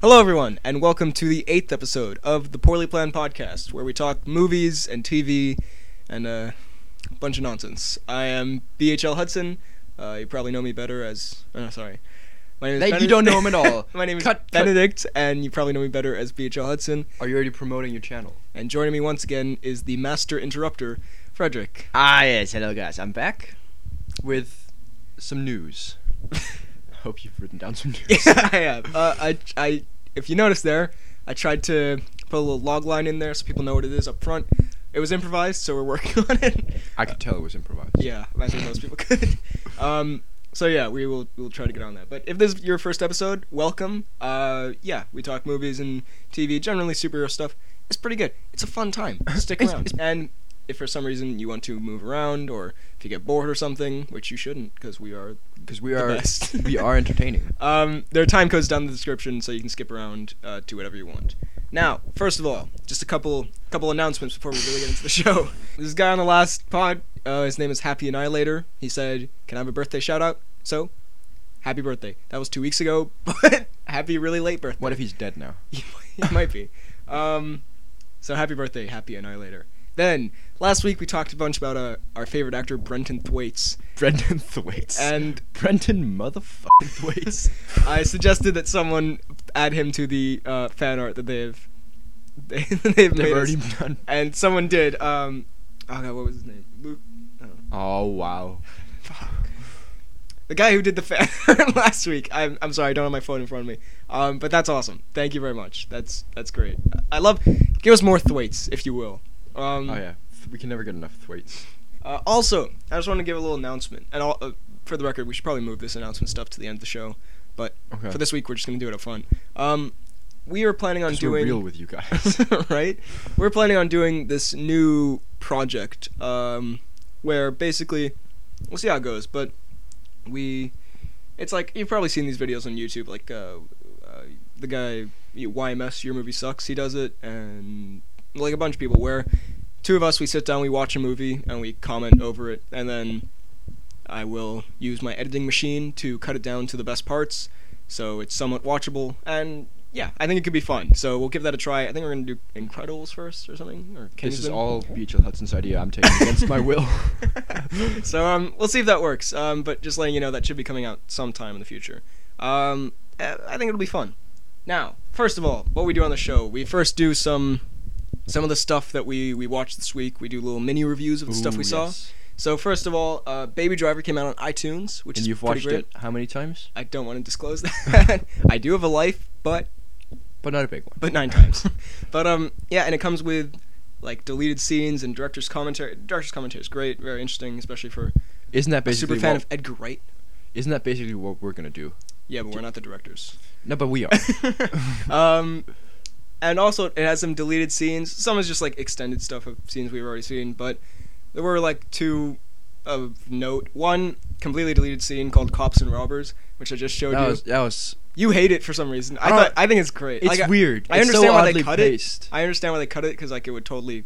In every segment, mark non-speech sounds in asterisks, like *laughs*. Hello, everyone, and welcome to the eighth episode of the Poorly Planned Podcast, where we talk movies and TV and uh, a bunch of nonsense. I am BHL Hudson. Uh, you probably know me better as. Oh, no, sorry. My name That- you don't know him at all. *laughs* My name is Cut, cut. Benedict, and you probably know me better as BHL Hudson. Are you already promoting your channel? And joining me once again is the master interrupter, Frederick. *laughs* Ah, yes. Hello, guys. I'm back with some news. I *laughs* hope you've written down some *laughs* *laughs* news. yeah, I am. Uh, I, I, if you notice there, I tried to put a little log line in there so people know what it is up front. It was improvised, so we're working *laughs* on it. I could tell it was improvised. Yeah, I think most people *laughs* could. Um, so yeah, we will we'll try to get on that. But if this is your first episode, welcome. Uh, yeah, we talk movies and TV, generally superhero stuff. It's pretty good. It's a fun *laughs* time. Stick It's- around. it's- And if for some reason you want to move around, or if you get bored or something, which you shouldn't, because we are Because we The are best. we are entertaining. *laughs* um, there are time codes down in the description, so you can skip around uh, to whatever you want. Now, first of all, just a couple couple announcements before we really get into the show. *laughs* This guy on the last pod, uh, his name is Happy Annihilator. He said, "Can I have a birthday shout out?" So, happy birthday. That was two weeks ago, *laughs* but happy really late birthday. What if he's dead now? *laughs* He might be. Um, so happy birthday, happy Annihilator. Then last week we talked a bunch about uh, our favorite actor Brenton Thwaites, Brendan Thwaites. and *laughs* Brendan motherfucking *laughs* Thwaites. I suggested that someone add him to the uh, fan art that they've *laughs* they, they've They've made, us. already done. and someone did. Um, oh god, what was his name? Luke. Oh wow. Fuck. The guy who did the fan *laughs* art last week. I'm I'm sorry, I don't have my phone in front of me. Um, but that's awesome. Thank you very much. That's that's great. I love. Give us more Thwaites, if you will. Um, Oh yeah. Th- We can never get enough Thwaites. uh, also, I just want to give a little announcement. And I'll, uh, for the record, we should probably move this announcement stuff to the end of the show. But Okay. for this week, we're just gonna do it up front. Um, we are planning on 'Cause we're doing real *laughs* with you *laughs* guys. right? We're planning on doing this new project, um, where basically, we'll see how it goes. But we, it's like you've probably seen these videos on YouTube, like uh, uh, the guy you know, YMS, your movie sucks. He does it, and like a bunch of people, where two of us we sit down, we watch a movie, and we comment over it, and then I will use my editing machine to cut it down to the best parts, so it's somewhat watchable and yeah, I think it could be fun. So we'll give that a try. I think we're gonna do Incredibles first or something. Or *laughs* This is Kingsman. all BHL Hudson's idea. I'm taking against my *laughs* will. *laughs* so um, we'll see if that works. Um, but just letting you know that should be coming out sometime in the future. Um, uh, I think it'll be fun. Now, first of all, what we do on the show, we first do some some of the stuff that we we watched this week. We do little mini reviews of the stuff Ooh, we saw. yes. So first of all, uh, Baby Driver came out on iTunes, which And is you've pretty watched great. it how many times? I don't want to disclose that. *laughs* I do have a life, but But not a big one. but nine *laughs* times. but um, yeah, and it comes with like deleted scenes and director's commentary. Director's commentary is great, very interesting, especially for Isn't that a super basically fan what, of Edgar Wright. isn't that basically what we're gonna do? Yeah, but we're not the *laughs* directors. No, *laughs* but we are. um, and also it has some deleted scenes. Some is just like extended stuff of scenes we've already seen, but there were like two of note. One completely deleted scene called "Cops and Robbers," which I just showed that you. was that was. you hate it for some reason. I I don't- thought, I think it's great. It's Like, I- weird. I It's so understand why they oddly cut paced. it. I understand why they cut it because like it would totally,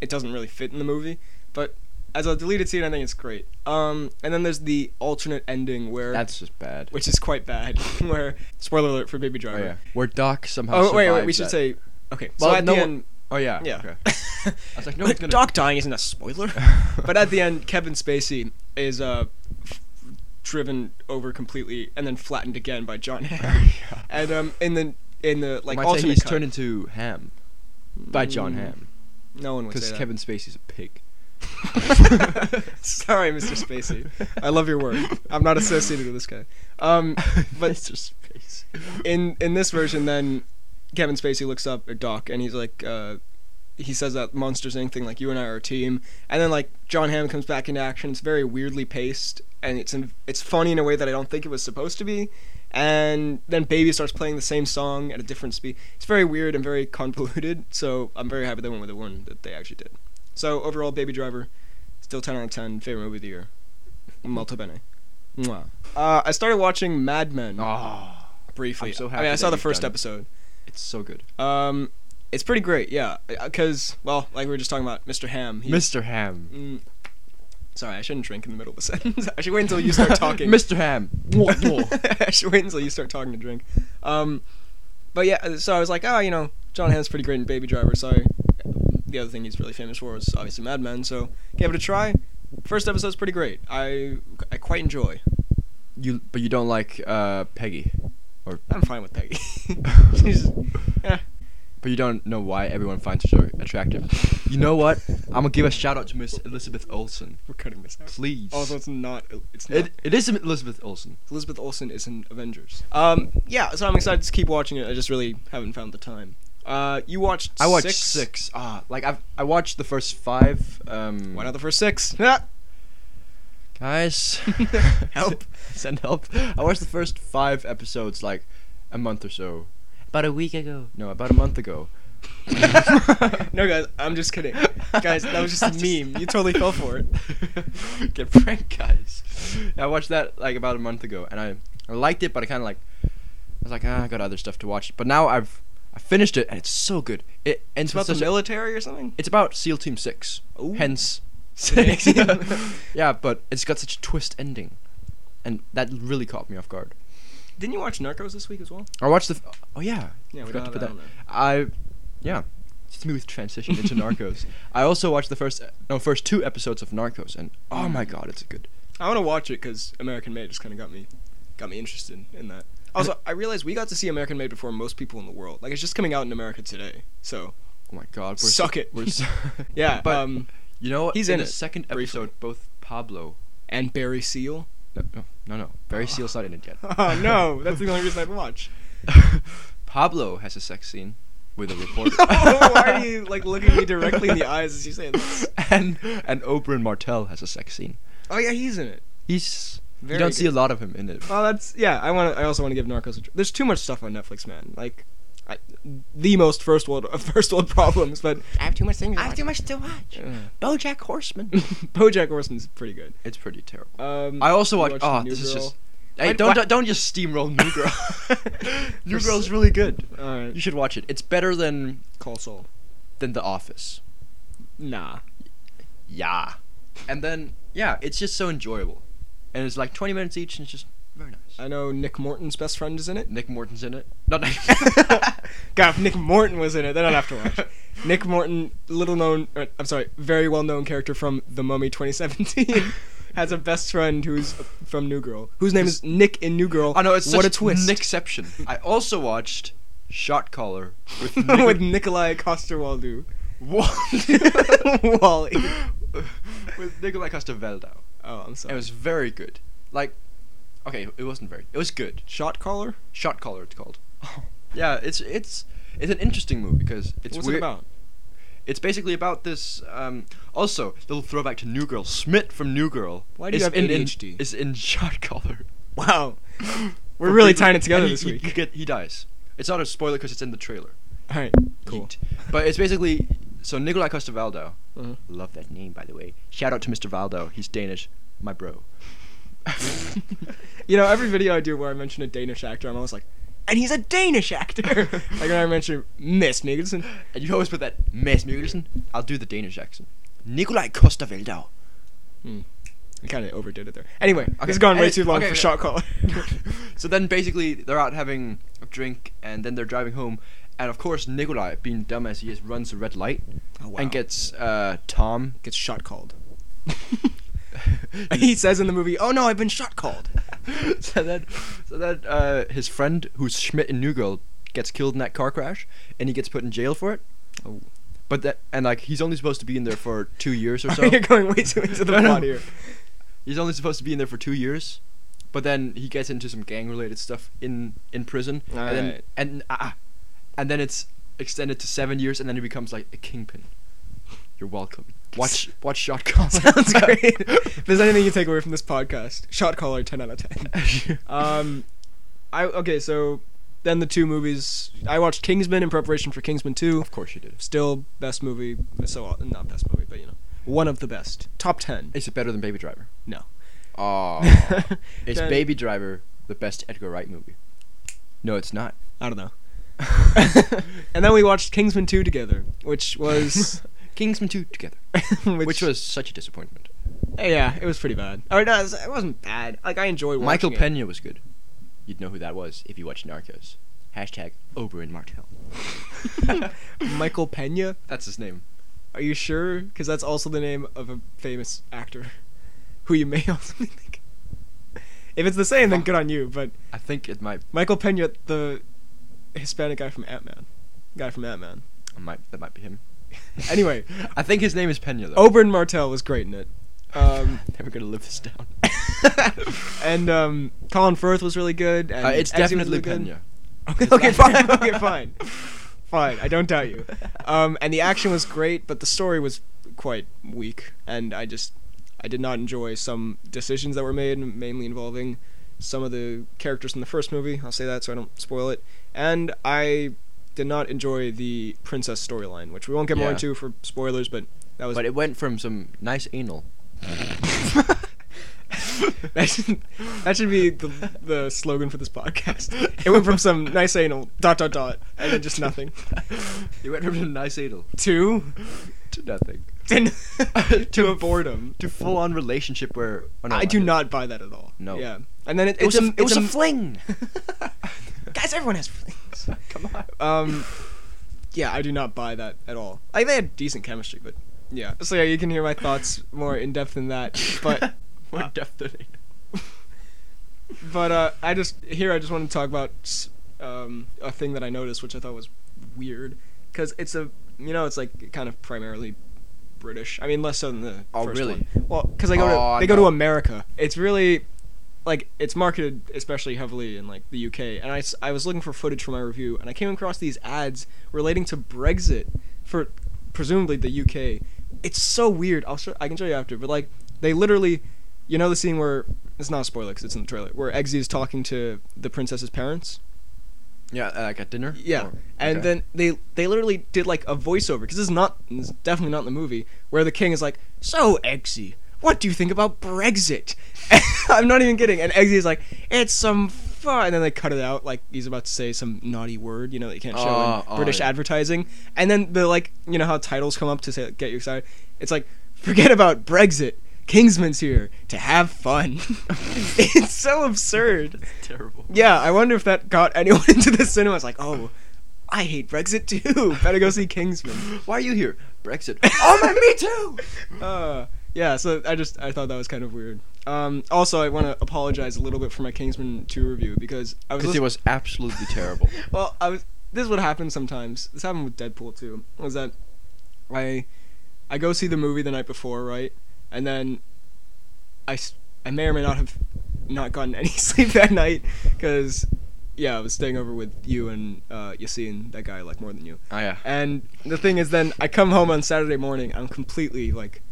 it doesn't really fit in the movie. But as a deleted scene, I think it's great. Um, and then there's the alternate ending where, That's just bad. which is quite bad. *laughs* Where spoiler alert for Baby Driver. Oh yeah, where Doc somehow. Oh wait, wait, survives we should that. say. Okay, Well, so at no the one- end, Oh yeah. yeah. Okay. *laughs* I was like, no one's gonna- Doc dying isn't a *laughs* spoiler. but at the end, Kevin Spacey is uh, f- driven over completely and then flattened again by *laughs* John Hamm. Yeah. And um, in the in the like Might say alternate he's cut, turned into Ham by John Mm. Ham no one would say because that. Kevin Spacey's a pig. *laughs* Sorry, Mr. Spacey. I love your work. I'm not *laughs* associated with this guy. Um, But- Mr. *laughs* Spacey. in in this version, then Kevin Spacey looks up at Doc and he's like, uh, he says that Monsters Inc. thing, like you and I are a team. And then like John Hamm comes back into action. It's very weirdly paced and it's in, it's funny in a way that I don't think it was supposed to be. And then Baby starts playing the same song at a different speed. It's very weird and very convoluted. *laughs* So I'm very happy they went with the one that they actually did. So overall, Baby Driver, still 10 out of 10, favorite movie of the year. Molto bene. Mwah. Uh, I started watching Mad Men Oh, briefly. I'm so I happy mean, I that saw the you've first done it. episode. it's so good. Um, it's pretty great, yeah. Because, well, like we were just talking about, Mr. Ham. he- Mr. Ham. Mm, sorry, I shouldn't drink in the middle of a *laughs* sentence. I should wait until *laughs* you start talking. *laughs* Mr. Ham. Whoa, whoa. I should wait until you start talking to drink. Um, But yeah, so I was like, oh, you know, John Hamm's pretty great in Baby Driver. So I, the other thing he's really famous for is obviously Mad Men. So gave it a try. First episode's pretty great. I I quite enjoy. You but you don't like uh, Peggy, I'm fine with *laughs* Peggy. She's, yeah. but you don't know why everyone finds her so attractive. You know what? I'm gonna give a shout out to Miss Elizabeth Olsen. We're cutting this out. Please. Also, it's not. It's not. it, it is Elizabeth Olsen. Elizabeth Olsen is in Avengers. Um, yeah, so I'm excited to keep watching it. I just really haven't found the time. Uh, you watched. I watched six. Oh, six. Ah, like I've I watched the first five. Um, Why not the first six? *laughs* Ah! *laughs* *laughs* guys? *laughs* Help. Send help. I watched the first five episodes like a month or so. About a week ago. No, about a month ago. *laughs* no, guys, I'm just kidding. Guys, that *laughs* *laughs* was just a meme. You totally fell for *laughs* it. it. *laughs* Get pranked, guys. I watched that like about a month ago, and I, I liked it, but I kind of like I was like, ah, I got other stuff to watch. But now I've I finished it, and it's so good. It ends It's about the with such a- military or something. it's about SEAL Team Six. Ooh. Hence, Six. *laughs* yeah, but it's got such a twist ending, and that really caught me off guard. Didn't you watch Narcos this week as well? I watched the. F- oh yeah. Yeah, we don't Forgot to have put that I, yeah, smooth transition into Narcos. I also watched the first no first two episodes of Narcos, and oh my Mm. god, it's good. I want to watch it because American Made just kind of got me, got me interested in that. *laughs* Also, I realized we got to see American Made before most people in the world. Like it's just coming out in America today. So Oh my god, we're Suck so, it. We're so, *laughs* yeah, *laughs* but um, you know what? he's in the it, second briefly. episode. Both Pablo. and Barry Seal. No, no, no, no Barry Seal's not in it yet. *laughs* Oh no, that's the only reason I'd *laughs* watch. *laughs* Pablo has a sex scene with a *laughs* reporter. Why are you like looking me directly *laughs* in the eyes as you say this? and and Oberyn Martell has a sex scene. *laughs* Oh yeah, he's in it. He's Very you don't see a good. lot of him in it. Well, Oh, that's yeah. I want. to I also want to give Narcos. A tr- There's too much stuff on Netflix, man. Like, I, the most first world *laughs* first world problems. But *laughs* I have too much things. I have watch. too much to watch. Yeah. BoJack Horseman. BoJack Horseman's pretty good. *laughs* it's pretty terrible. Um, I also you watch. watched Oh, New this is Girl? just. Hey, Why- don't, why- don't don't just steamroll New *laughs* Girl. New Pers- Girl's really good. All right. You should watch it. It's better than Call Saul. than The Office. Nah. Yeah. And then yeah, it's just so enjoyable, and it's like 20 minutes each, and it's just very nice. I know Nick Morton's best friend is in it. Nick Morton's in it. Not *laughs* Nick. God, if Nick Morton was in it, then I'd have to watch. Nick Morton, little known, er, I'm sorry, very well known character from The Mummy *laughs* 2017, has a best friend who's from New Girl, whose name is Nick in New Girl. I know Oh, it's such what a twist Nickception. I also watched Shot Caller *laughs* with *laughs* Nick. with Nikolai *laughs* Coster-Waldau, *laughs* Wall- Wally. *laughs* with Nikolai Costa-Waldau. Oh, I'm It sorry. was very good. Like, okay, it wasn't very. It was good. Shot caller. Shot Caller, *laughs* it's called. Yeah, it's it's it's an interesting movie because it's What's it weird. about? It's basically about this. Um, also, little throwback to New Girl. Smit from New Girl. Why do you is have in- in- ADHD? is in Shot Caller. *laughs* Wow, we're For *laughs* really people- tying it together and he- this he- week. He, get, he dies. It's not a spoiler because it's in the trailer. All right, cool. Yeet. But it's basically so Nikolai Costa-Waldau. Uh-huh. Love that name, by the way. Shout out to Mr. Valdo. He's Danish, my bro. You know, every video I do where I mention a Danish actor, I'm always like, and he's a Danish *laughs* actor. *laughs* like when I mention Miss Mikkelsen, And you always put that Mads Mikkelsen. I'll do the Danish accent. Nikolai Costa-Waldau. Hmm. I kind of overdid it there. Anyway, it Okay, has gone way any- too long okay, for okay. shot caller. *laughs* so then basically they're out having a drink and then they're driving home and of course Nikolai being dumb as he is runs a red light Oh, wow. and gets uh, Tom *laughs* Gets shot called. *laughs* he says in the movie, "Oh no, I've been shot called." *laughs* so then so then uh, his friend who's Schmidt in New Girl gets killed in that car crash and he gets put in jail for it Oh. but that and like he's only supposed to be in there for two years or *laughs* so You're going way too into the *laughs* No, no. plot here. he's only supposed to be in there for two years, but then he gets into some gang related stuff in in prison, and then Alright. and ah, and then it's extended to seven years, and then he becomes like a kingpin. You're welcome. Watch watch Shot *laughs* Caller. Sounds *laughs* great. if there's *laughs* anything you take away from this podcast, shot caller, ten out of ten. *laughs* Uh, Um, I okay. So then the two movies I watched Kingsman in preparation for Kingsman Two. of course you did. Still best movie. So not best movie, but you know, one of the best. Top ten. Is it better than Baby Driver? No. Oh, *laughs* *laughs* is Then- Baby Driver the best Edgar Wright movie? No, it's not. I don't *laughs* know. and then we watched Kingsman Two together, which was Kingsman two together, which, *laughs* uh, which, was such a disappointment. yeah, it was pretty bad. Or no, it was- it wasn't bad. Like I enjoyed watching Michael it. Pena was good. You'd know who that was if you watched Narcos. Hashtag Oberyn Martell. *laughs* Michael Pena? *laughs* That's his name. Are you sure? Because that's also the name of a famous actor *laughs* who you may also think. If it's the same, then good on you. But I think it might. Michael Pena, the Hispanic guy from Ant Man, guy from Ant Man. it might that might be him. *laughs* Anyway. I think his name is Pena though. *laughs* Oberyn Martell was great in it. Um, Never gonna live this down. *laughs* and um, Colin Firth was really good. And Uh, it's Exy was definitely really good. Pena. *laughs* Okay, It's okay, not- fine, okay, fine, fine. I don't doubt *laughs* you. Um, and the action was great, but the story was quite weak, and I just I did not enjoy some decisions that were made, mainly involving some of the characters in the first movie. I'll say that so I don't spoil it. And I did not enjoy the princess storyline, which we won't get more Yeah. into for spoilers, but that was But it went from some nice anal. *laughs* that should, that should be the, the slogan for this podcast. It went from some nice anal dot dot dot *laughs* and then just nothing *laughs* It went from some nice anal to to nothing. to, to boredom. To full on relationship where oh, no, I do did- not buy that at all. No. Yeah. And then it, It was it's a, it was a it's fling. Guys, everyone has flings. *laughs* Come on. *laughs* Um, yeah, I do not buy that at all. Like they had decent chemistry, but yeah. So yeah, you can hear my thoughts more in depth than that. But more depth than anal. but uh, I just here I just want to talk about s- um, a thing that I noticed, which I thought was weird, because it's a you know it's like kind of primarily British. I mean, less so than the Oh, first really? one. Well, because they go Oh, to they go to no. America. It's really like it's marketed especially heavily in like the UK. And I, s- I was looking for footage for my review, and I came across these ads relating to Brexit for presumably the UK. It's so weird. I'll show, I can show you after, but like they literally, you know, the scene where it's not a spoiler because it's in the trailer, where Eggsy is talking to the princess's parents. Yeah, uh, like at dinner. Yeah, Or- and okay. then they they literally did like a voiceover because this is not this is definitely not in the movie where the king is like, "So Eggsy, what do you think about Brexit?" *laughs* I'm not even kidding. And Eggsy is like, "It's some fun," and then they cut it out like he's about to say some naughty word, you know, that you can't show Oh, in oh, British yeah. advertising. And then the like, you know how titles come up to say, get you excited. It's like, forget about Brexit. Kingsman's here to have fun. *laughs* it's so absurd. terrible. Yeah, I wonder if that got *laughs* anyone into the cinema. It's like, oh, I hate Brexit too. *laughs* Better go see Kingsman. *gasps* Why are you here? *laughs* Brexit. oh my, me too. Uh, yeah, so I just I thought that was kind of weird. Um, also, I want to apologize a little bit for my Kingsman 2 review because I was *laughs* Because it listen- was absolutely terrible. *laughs* well, I was this is what happens sometimes. This happened with Deadpool too. Was that I I go see the movie the night before, right? And then I s- I may or may not have not gotten any *laughs* sleep that night because yeah, I was staying over with you and uh, Yassine, that guy I like more than you. Oh yeah. And the thing is, then I come home on Saturday morning. I'm completely like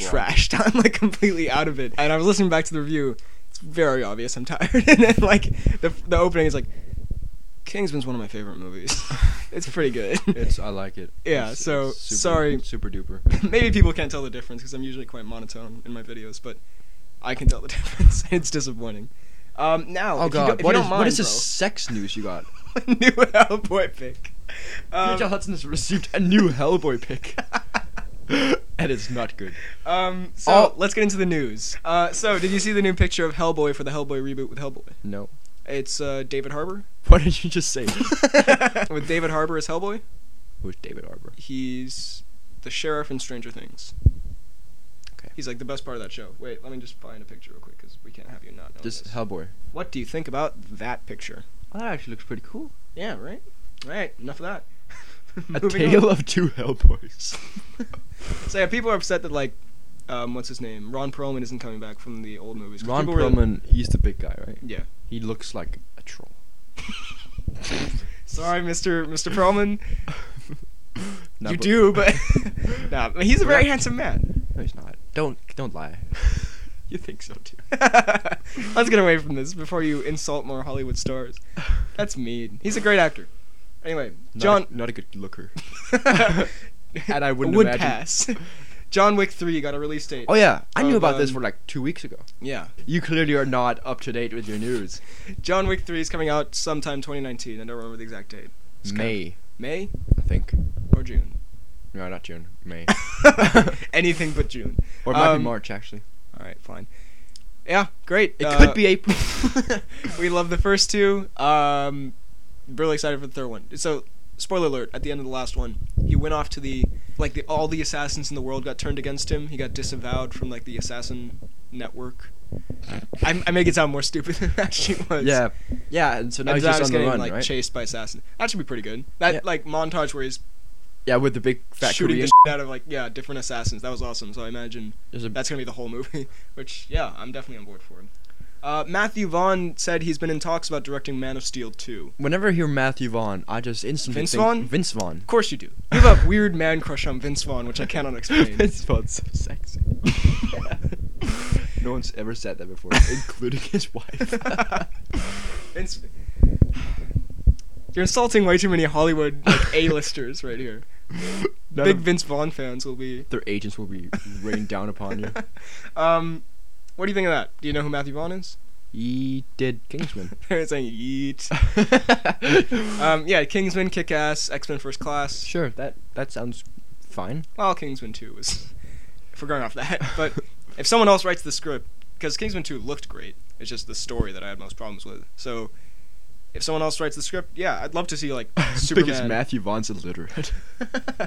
Grog. trashed. *laughs* I'm like completely out of it. And I was listening back to the review. It's very obvious I'm *laughs* tired. and then like the the opening is like, Kingsman's one of my favorite *laughs* movies. it's pretty good. It's uh, I like it. Yeah, It's- so, it's super, sorry. Super duper. *laughs* Maybe people can't tell the difference because I'm usually quite monotone in my videos, but I can tell the *laughs* difference. it's disappointing. Um, now, Oh if you god, don't- if what you is don't what is mind, this sex news you got? *laughs* bro, new Hellboy pick. Um, Rachel Hudson has received *laughs* a new Hellboy pick, *laughs* and it's not good. Um, so Oh. let's get into the news. Uh, so did you see the new picture of Hellboy for the Hellboy reboot with Hellboy? No. It's uh, David *laughs* Harbour Why did you just say? *laughs* with David Harbour as Hellboy. Who's David Arbor? He's the sheriff in Stranger Things. Okay. He's like the best part of that show. Wait, let me just find a picture real quick because we can't have you not know Just this. Hellboy. What do you think about that picture? Oh, that actually looks pretty cool. Yeah, right. All right, enough of that. *laughs* *laughs* A Moving on. tale of two *laughs* Hellboys. So *laughs* yeah, people are upset that like, um, what's his name? Ron Perlman isn't coming back from the old movies. 'cause Ron people were- Perlman, he's the big guy, right? Yeah. *laughs* He looks like a troll. Sorry, Mr. Mr. *laughs* Perlman. No, you but- do, *laughs* but *laughs* nah, but he's a We're very not- handsome man. *laughs* No, he's not. Don't don't lie. *laughs* you think so too? Let's get away from this before you insult more Hollywood stars. *laughs* That's mean. He's a great actor. Anyway, not a, John not a good *laughs* looker. and I wouldn't would imagine- pass. John Wick Three got a release date. Oh yeah, I knew Of, about this um, for like two weeks ago. yeah. You clearly are not up to date with your news. John Wick Three is coming out sometime 2019. I don't remember the exact date. It's kind of- May, May I think. or *laughs* June. *laughs* No, not June. May. Anything but June. or it might Um, be March actually. All right, fine. Yeah, great. It Uh, *laughs* could be April. we love the first two. Um, really excited for the third one. So, spoiler alert: at the end of the last one, he went off to the like the all the assassins in the world got turned against him. He got disavowed from like the assassin network. I, I make it sound more stupid than it actually was. Yeah, yeah. And so now and he's so now just on the getting run, like right? chased by assassins. That should be pretty good. That Yeah. like montage where he's yeah, with the big fat shooting Korean. the shit out of like yeah different assassins. That was awesome. So I imagine There's a- that's gonna be the whole movie. *laughs* Which yeah, I'm definitely on board for him. Uh, Matthew Vaughn said he's been in talks about directing Man of Steel 2. *laughs* Whenever I hear Matthew Vaughn, I just instantly Vince think Vaughn? Vince Vaughn. Of course you do. You have *laughs* a weird man crush on Vince Vaughn, which I cannot explain. Vince Vaughn's so sexy. *laughs* no one's ever said that before, including his *laughs* wife. *laughs* *laughs* Vince, you're insulting way too many Hollywood like, *laughs* A-listers right here. None Big of Vince Vaughn fans will be. Their agents will be *laughs* rained down upon you. Um, what do you think of that? Do you know who Matthew Vaughn is? He did Kingsman. They're saying *laughs* yeet. Um, yeah, Kingsman, Kick Ass, X Men First Class. sure, that that sounds *laughs* fine. Well, Kingsman 2 was. If we're going off that. But if someone else writes the script, because Kingsman 2 looked great, it's just the story that I had most problems with. So if someone else writes the script, yeah, I'd love to see, *laughs* like, Superman. Because Matthew Vaughn's *laughs* illiterate. *laughs*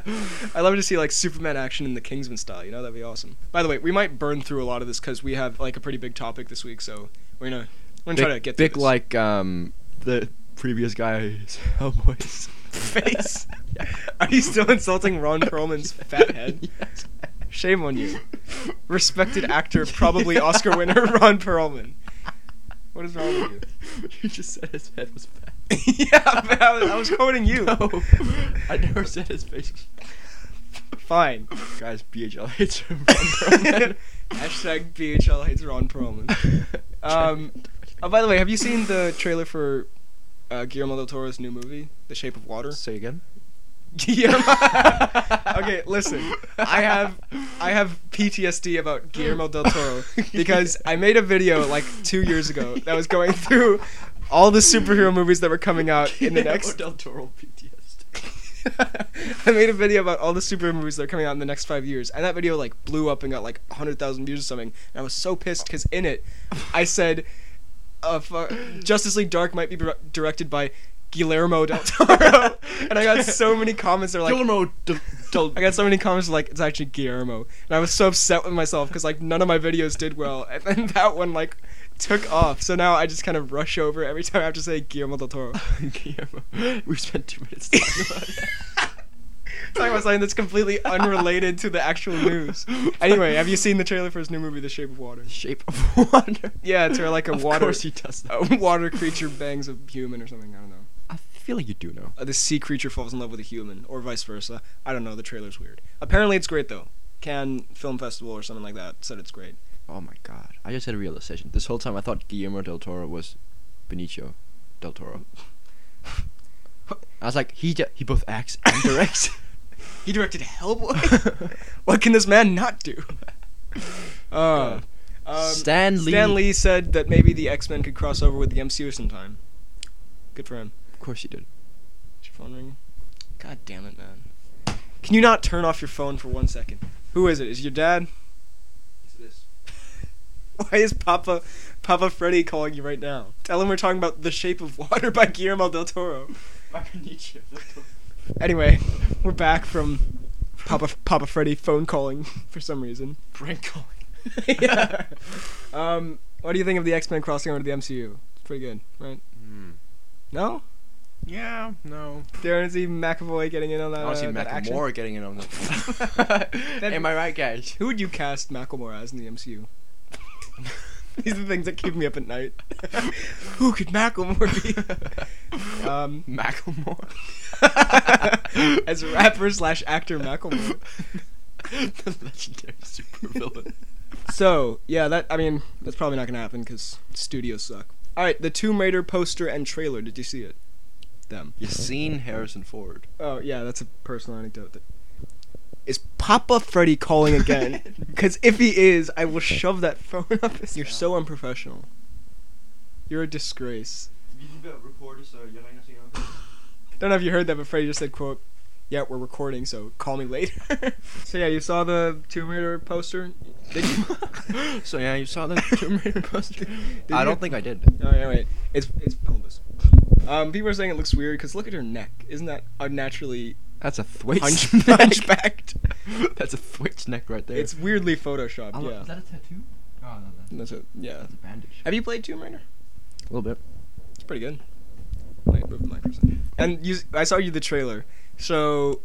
I'd love to see, like, Superman action in the Kingsman style, you know? That'd be awesome. By the way, we might burn through a lot of this because we have, like, a pretty big topic this week, so we're gonna. We're gonna try to get through big this. like um the previous guy's *laughs* Hellboy's *laughs* face. *laughs* Are you still insulting Ron Perlman's fat head? Yes. Shame on *laughs* you. Respected actor, probably Oscar winner, Ron *laughs* Perlman. What is wrong with You just said his head was fat. you? *laughs* yeah, but I was, I was quoting you. *laughs* *laughs* No, I never said his face. was fat. Fine. Guys, BHL hates him. *laughs* Hashtag BHL hates Ron Perlman. Um, oh, by the way, have you seen the trailer for uh, Guillermo del Toro's new movie, The Shape of Water? Say again. *laughs* Guillermo. okay, listen. I have I have PTSD about Guillermo del Toro because I made a video like 2 years ago that was going through all the superhero movies that were coming out in the next Del Toro PTSD. *laughs* I made a video about all the superhero movies that are coming out in the next 5 years and that video like blew up and got like 100,000 views or something and I was so pissed cuz in it I said uh, fu- Justice League Dark might be dir- directed by Guillermo del Toro *laughs* and I got so many comments that were like Guillermo del, del I got so many comments like it's actually Guillermo, and I was so upset with myself because like none of my videos did well, and then *laughs* that one like took off. So now I just kind of rush over every time I have to say Guillermo del *laughs* Toro. *laughs* Guillermo. We spent two minutes talking about it. *laughs* Talking about something that's *laughs* completely unrelated to the actual news. Anyway, have you seen the trailer for his new movie, The Shape of Water? Shape of Water. Yeah, it's where like a *laughs* of water course he does that. a water creature bangs a human or something. I don't know. I feel like you do know. Uh, the sea creature falls in love with a human, or vice versa. I don't know. The trailer's weird. Apparently, it's great though. Cannes Film Festival or something like that said it's great. Oh my god. I just had a realization. This whole time I thought Guillermo del Toro was Benicio del Toro. *laughs* I was like, he ju- he both acts *laughs* and directs. He directed *laughs* Hellboy. *laughs* what can this man not do? Uh, um, Stan Lee. Stan Lee said that maybe the X Men could cross over with the MCU sometime. Good for him. Of course he did. Is your phone ringing? God damn it, man! Can you not turn off your phone for one second? Who is it? Is it your dad? *laughs* Why is Papa Papa Freddy calling you right now? Tell him we're talking about The Shape of Water *laughs* by Guillermo del Toro. Anyway, we're back from Papa Papa Freddy phone calling *laughs* for some reason. Prank *laughs* calling. *laughs* yeah. Um, what do you think of the X Men crossing over to the MCU? It's pretty good, right? Hmm. No? Yeah, no. Darren Z. McAvoy getting in on that. I want to see uh, that action? Macklemore getting in *laughs* on that. *laughs* *laughs* Am I right, guys? Who would you cast Macklemore as in the MCU? *laughs* These are the things that keep me up at night. Who could Macklemore *laughs* be? *laughs* um, Macklemore. *laughs* as rapper slash actor Macklemore. the *laughs* legendary *laughs* supervillain. So yeah, that I mean that's probably not gonna happen because studios suck. All right, the Tomb Raider poster and trailer. Did you see it? Them. You seen Harrison Ford? Oh yeah, that's a personal anecdote. That... Is Papa Freddy calling again? *laughs* Because if he is, I will shove that phone up his. You're so unprofessional. You're a disgrace. Don't know if you heard that, but Freddy just said, "quote Yeah, we're recording, so call me later." *laughs* so yeah, you saw the Tomb Raider poster. Did you? *laughs* *laughs* so *laughs* yeah, you saw the Tomb Raider poster. Did I you? don't think I did. Oh yeah, wait. It's it's Columbus. Um, people are saying it looks weird because look at her neck. Isn't that unnaturally That's a thwitch *laughs* hunch- neck. *laughs* hunchbacked? That's a thwitch neck right there. It's weirdly photoshopped. I look- yeah. Is that a tattoo? Oh, no, That's that's, it. Yeah. that's a bandage. Have you played Tomb Raider? A little bit. It's pretty good. Wait, move the mic for a second. And you, I saw you the trailer. So,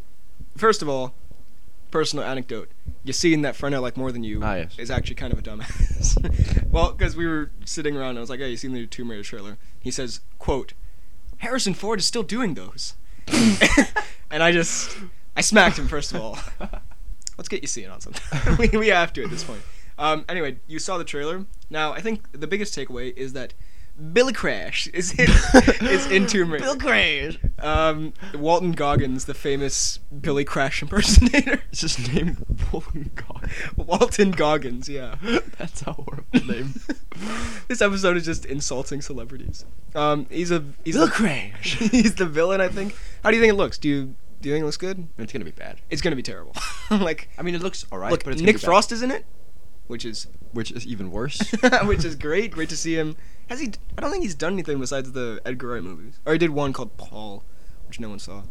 first of all, personal anecdote. You seen that friend I like more than you Ah, yes. is actually kind of a dumbass. *laughs* well, because we were sitting around, and I was like, "Hey, you seen the new Tomb Raider trailer?" He says, "Quote: Harrison Ford is still doing those," *laughs* and I just, I smacked him first of all. *laughs* *laughs* Let's get you seeing on something. *laughs* we, we have to at this point. Um, anyway, you saw the trailer. Now, I think the biggest takeaway is that Billy Crash is in, *laughs* is in Tomb Raider. Bill Crash. Um, Walton Goggins, the famous Billy Crash impersonator. *laughs* It's his name Walton Goggins. Walton Goggins, yeah. That's a horrible *laughs* name. *laughs* this episode is just insulting celebrities. Um, he's a he's Bill a, *laughs* Crash. he's the villain, I think. How do you think it looks? Do you do you think it looks good? *laughs* it's gonna be bad. It's gonna be terrible. *laughs* like, I mean, it looks alright, look, but it's gonna Nick be bad. Frost is in it, which is *laughs* which is even *laughs* worse. which is great. Great to see him. Has he? I don't think he's done anything besides the Edgar Wright movies. Or he did one called Paul, which no one saw,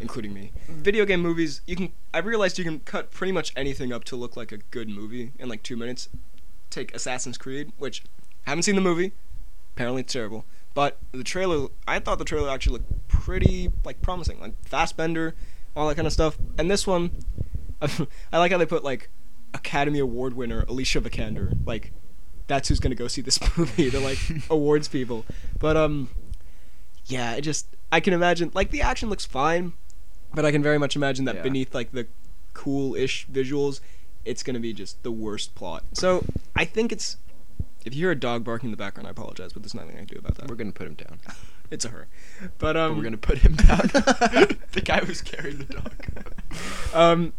including me. Video game movies, you can. I realized you can cut pretty much anything up to look like a good movie in like two minutes. Take Assassin's Creed, which I haven't seen the movie. Apparently it's terrible. But the trailer, I thought the trailer actually looked pretty like promising, like Fastbender, all that kind of stuff. And this one, *laughs* I like how they put like Academy Award winner Alicia Vikander, like that's who's gonna go see this *laughs* movie. They're like awards people, but um, yeah, it just I can imagine like the action looks fine, but I can very much imagine that Yeah. beneath like the cool-ish visuals, it's gonna be just the worst plot. So I think it's if you hear a dog barking in the background, I apologize, but there's nothing I can do about that. We're gonna put him down. it's a her, but um, But we're gonna put him *laughs* down. the guy who's carrying the *laughs* dog. Um,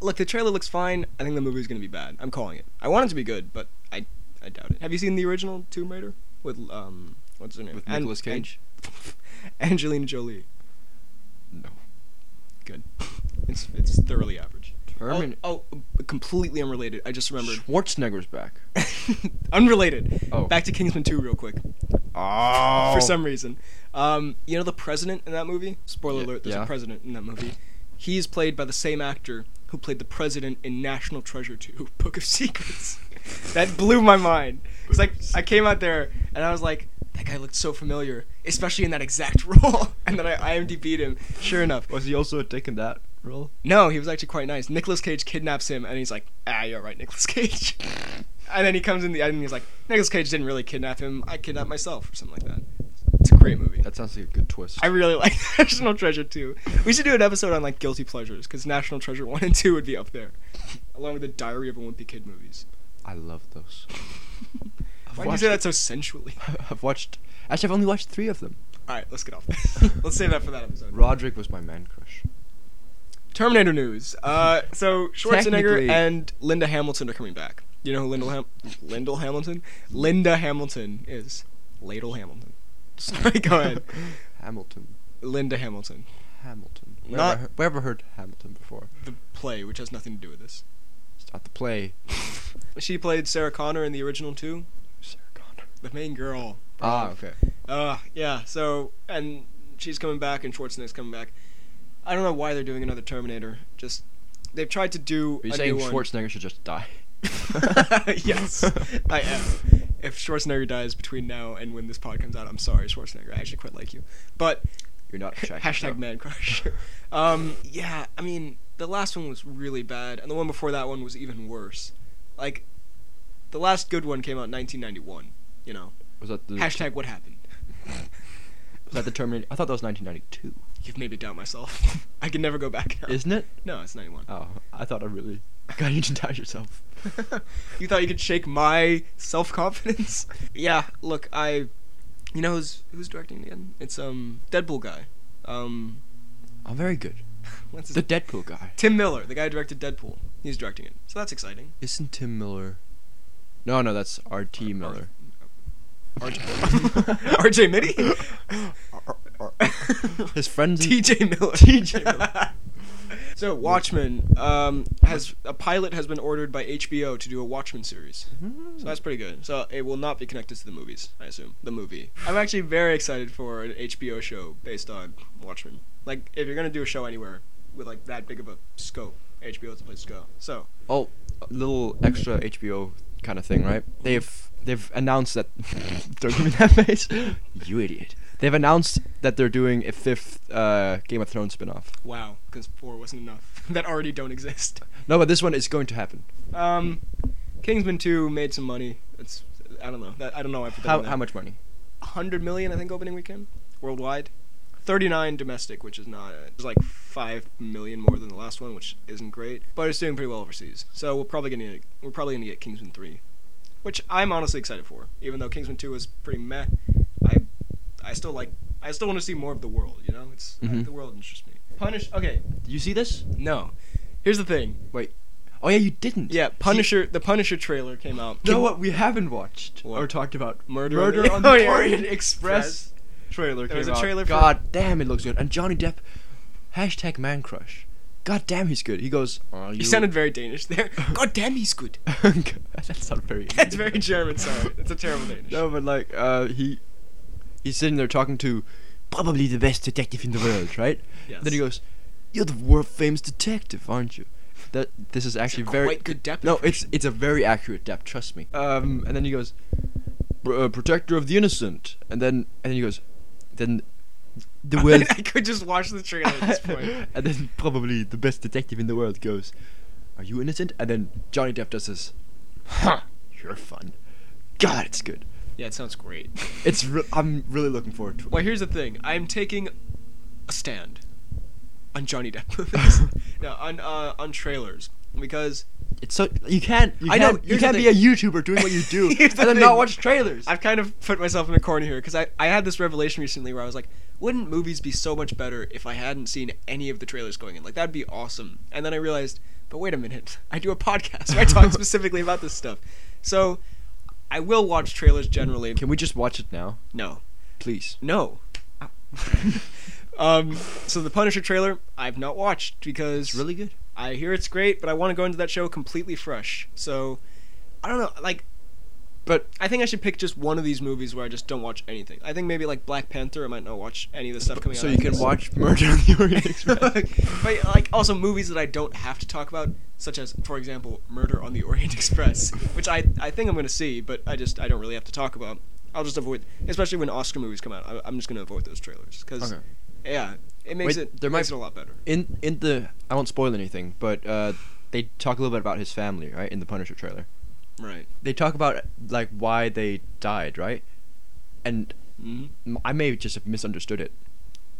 look, the trailer looks fine. I think the movie's gonna be bad. I'm calling it. I want it to be good, but I I doubt it. Have you seen the original Tomb Raider with um what's her name With An- Nicolas Cage? An- *laughs* Angelina Jolie? No. Good. It's it's thoroughly average. Herman- Oh, oh, completely unrelated. I just remembered. Schwarzenegger's back. *laughs* unrelated. Oh. Back to Kingsman 2 real quick Oh. for some reason. Um, you know the president in that movie? Spoiler Yeah. alert, there's Yeah. a president in that movie. He is played by the same actor who played the president in National Treasure 2, *laughs* Book of *laughs* Secrets. that blew my mind. It's like I came out there and I was like, that guy looked so familiar, especially in that exact *laughs* role. and then I IMDb'd him. Sure enough. Was he also taking that role? No, he was actually quite nice. Nicolas Cage kidnaps him, and he's like, "Ah, you're right, Nicolas Cage." *laughs* and then he comes in the end, and he's like, "Nicolas Cage didn't really kidnap him. I kidnapped myself, or something like that." It's a great movie. That sounds like a good twist. I really like *laughs* National Treasure 2. We should do an episode on like guilty pleasures because National Treasure 1 and 2 would be up there, along with the Diary of a Wimpy Kid movies. I love those. *laughs* I've Why do you watched- say that so sensually? *laughs* I've watched. Actually, I've only watched three of them. All right, let's get *laughs* off. This. let's save that for that episode. Roderick was my man crush. Terminator news. Uh, so Schwarzenegger Technically- and Linda Hamilton are coming back. You know who Linda Ham- Lyndall Hamilton? Linda Hamilton is Ladle Hamilton. *laughs* Sorry, go ahead. *laughs* Hamilton. Linda Hamilton, Hamilton. Where Not- have I heard, where have I heard Hamilton before? the play, which has nothing to do with this. It's not *laughs* the play. She played Sarah Connor in the original too, Sarah Connor. the main girl. Ah, okay. Uh, yeah. So and she's coming back, and Schwarzenegger's coming back. I don't know why they're doing another Terminator. Just they've tried to do. Are you a saying new one. Schwarzenegger should just die? *laughs* *laughs* yes, I am. If Schwarzenegger dies between now and when this pod comes out, I'm sorry, Schwarzenegger. I actually quite like you. But You're not attracted. hashtag though. man crush. *laughs* um, yeah, I mean, the last one was really bad, and the one before that one was even worse. Like, the last good one came out in 1991. You know, Was that the hashtag what happened. *laughs* *laughs* Was that the Terminator? I thought that was 1992. You've made me doubt myself. *laughs* I can never go back. now. Isn't it? no, it's 91. Oh, I thought I really. *laughs* God, you didn't die yourself. *laughs* you thought you could shake my self confidence? *laughs* yeah. Look, I, you know who's who's directing it again? It's um Deadpool guy, um, *laughs* I'm very good. what's his The Deadpool guy. Tim Miller, the guy who directed Deadpool. He's directing it, so that's exciting. Isn't Tim Miller? No, no, that's R.T. E Miller. *laughs* RJ, R.J. Mitty, *laughs* His friends. in- T.J. Miller, T.J. Miller. *laughs* So Watchmen um, has a pilot has been ordered by HBO to do a Watchmen series. So that's pretty good. So it will not be connected to the movies, I assume. The movie. I'm actually very excited for an HBO show based on Watchmen. Like if you're gonna do a show anywhere with like that big of a scope, HBO is the place to go. So Oh, a little extra HBO kind of thing, right? They've they've announced that. *laughs* don't give me that face, you idiot. They've announced that they're doing a fifth uh, Game of Thrones spin-off. wow, because four wasn't enough. *laughs* that already don't exist. No, but this one is going to happen. Um, Kingsman Two made some money. It's I don't know. That, I don't know. why I put that How in there. how much money? 100 million, I think, opening weekend worldwide. 39 domestic, which is not, it's like 5 million more than the last one, which isn't great, but it's doing pretty well overseas. So we're probably gonna we're probably gonna get Kingsman 3, which I'm honestly excited for. Even though Kingsman 2 was pretty meh, I I still like I still want to see more of the world. You know, it's Mhm. the world interests me. Punish. Okay, Do you see this? no. Here's the thing. Oh yeah, you didn't. Yeah, See- Punisher. The Punisher trailer came out. You know what we haven't watched What? or talked about? Murder, Murder on the Orient Express trailer. There was came a out. trailer for- God damn, it looks good. And Johnny Depp, hashtag man crush. God damn, he's good. He goes. "Are You you-" sounded *laughs* very Danish there. God damn, he's good. That's not very. *laughs* That's very German, sorry. It's a terrible Danish. No, but like uh, he, he's sitting there talking to probably the best detective in the world, right? *laughs* Yes. Then he goes, "You're the world famous detective, aren't you?" That this is actually very quite good depth No, it's it's a very accurate depth. Trust me. Um, and then he goes, "Pr- uh, "Protector of the innocent," and then and then he goes, "Then the world." *laughs* I could just watch the trailer at this *laughs* point. and then probably the best detective in the world goes, "Are you innocent?" And then Johnny Depp does this. Ha! You're fun. God, it's good. Yeah, it sounds great. It's re- I'm really looking forward to it. Well, here's the thing. I'm taking a stand on Johnny Depp *laughs* *laughs* movies. no, on uh, on trailers because It's so you can't. You I know, can't, You here's the can't be a thing. YouTuber doing what you do *laughs* and Here's the then thing. not watch trailers. I've kind of put myself in a corner here because I, I had this revelation recently where I was like, wouldn't movies be so much better if I hadn't seen any of the trailers going in? Like, that'd be awesome. And then I realized, but wait a minute, *laughs* I do a podcast where I *laughs* talk specifically about this stuff. So I will watch trailers generally. Can we just watch it now, No. please? *laughs* No. um, so the Punisher trailer, I've not watched because It's really good. I hear it's great, but I want to go into that show completely fresh. So I don't know, like But I think I should pick just one of these movies where I just don't watch anything. I think maybe like Black Panther. I might not watch any of the stuff coming out. so you after can this. *laughs* watch Murder on the Orient Express. but like also movies that I don't have to talk about, such as for example Murder on the Orient *laughs* Express, which I I think I'm gonna see, but I just I don't really have to talk about. I'll just avoid, especially when Oscar movies come out. I, I'm just gonna avoid those trailers because Okay. yeah, it makes Wait, it there there might- makes it a lot better. in in the I won't spoil anything, but uh, they talk a little bit about his family, right? In the Punisher trailer, Right. they talk about like why they died, right? And hmm m- I may just have misunderstood it,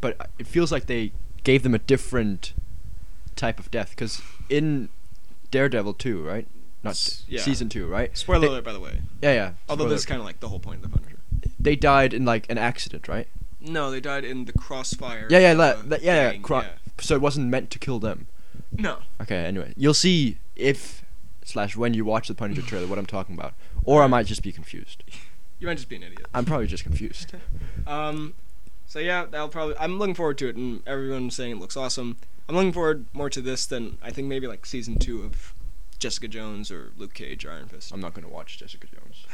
but I- it feels like they gave them a different type of death because in Daredevil two, right? Not S- yeah. season two, right? Spoiler They- alert, by the way. Yeah, yeah. Although spoiler. this is kind of like the whole point of the Punisher. they died in like an accident, right? No, they died in the crossfire. Yeah, yeah, of like, the that- yeah, yeah, gang, cro- So it wasn't meant to kill them. No. Okay, anyway, you'll see if slash when you watch the Punisher trailer what I'm talking about, or I might just be confused. You might just be an idiot. I'm probably just *laughs* confused. Um, so yeah, that'll probably. I'm looking forward to it, and everyone's saying it looks awesome. I'm looking forward more to this than I think maybe like season two of Jessica Jones or Luke Cage or Iron Fist. I'm not gonna watch Jessica Jones.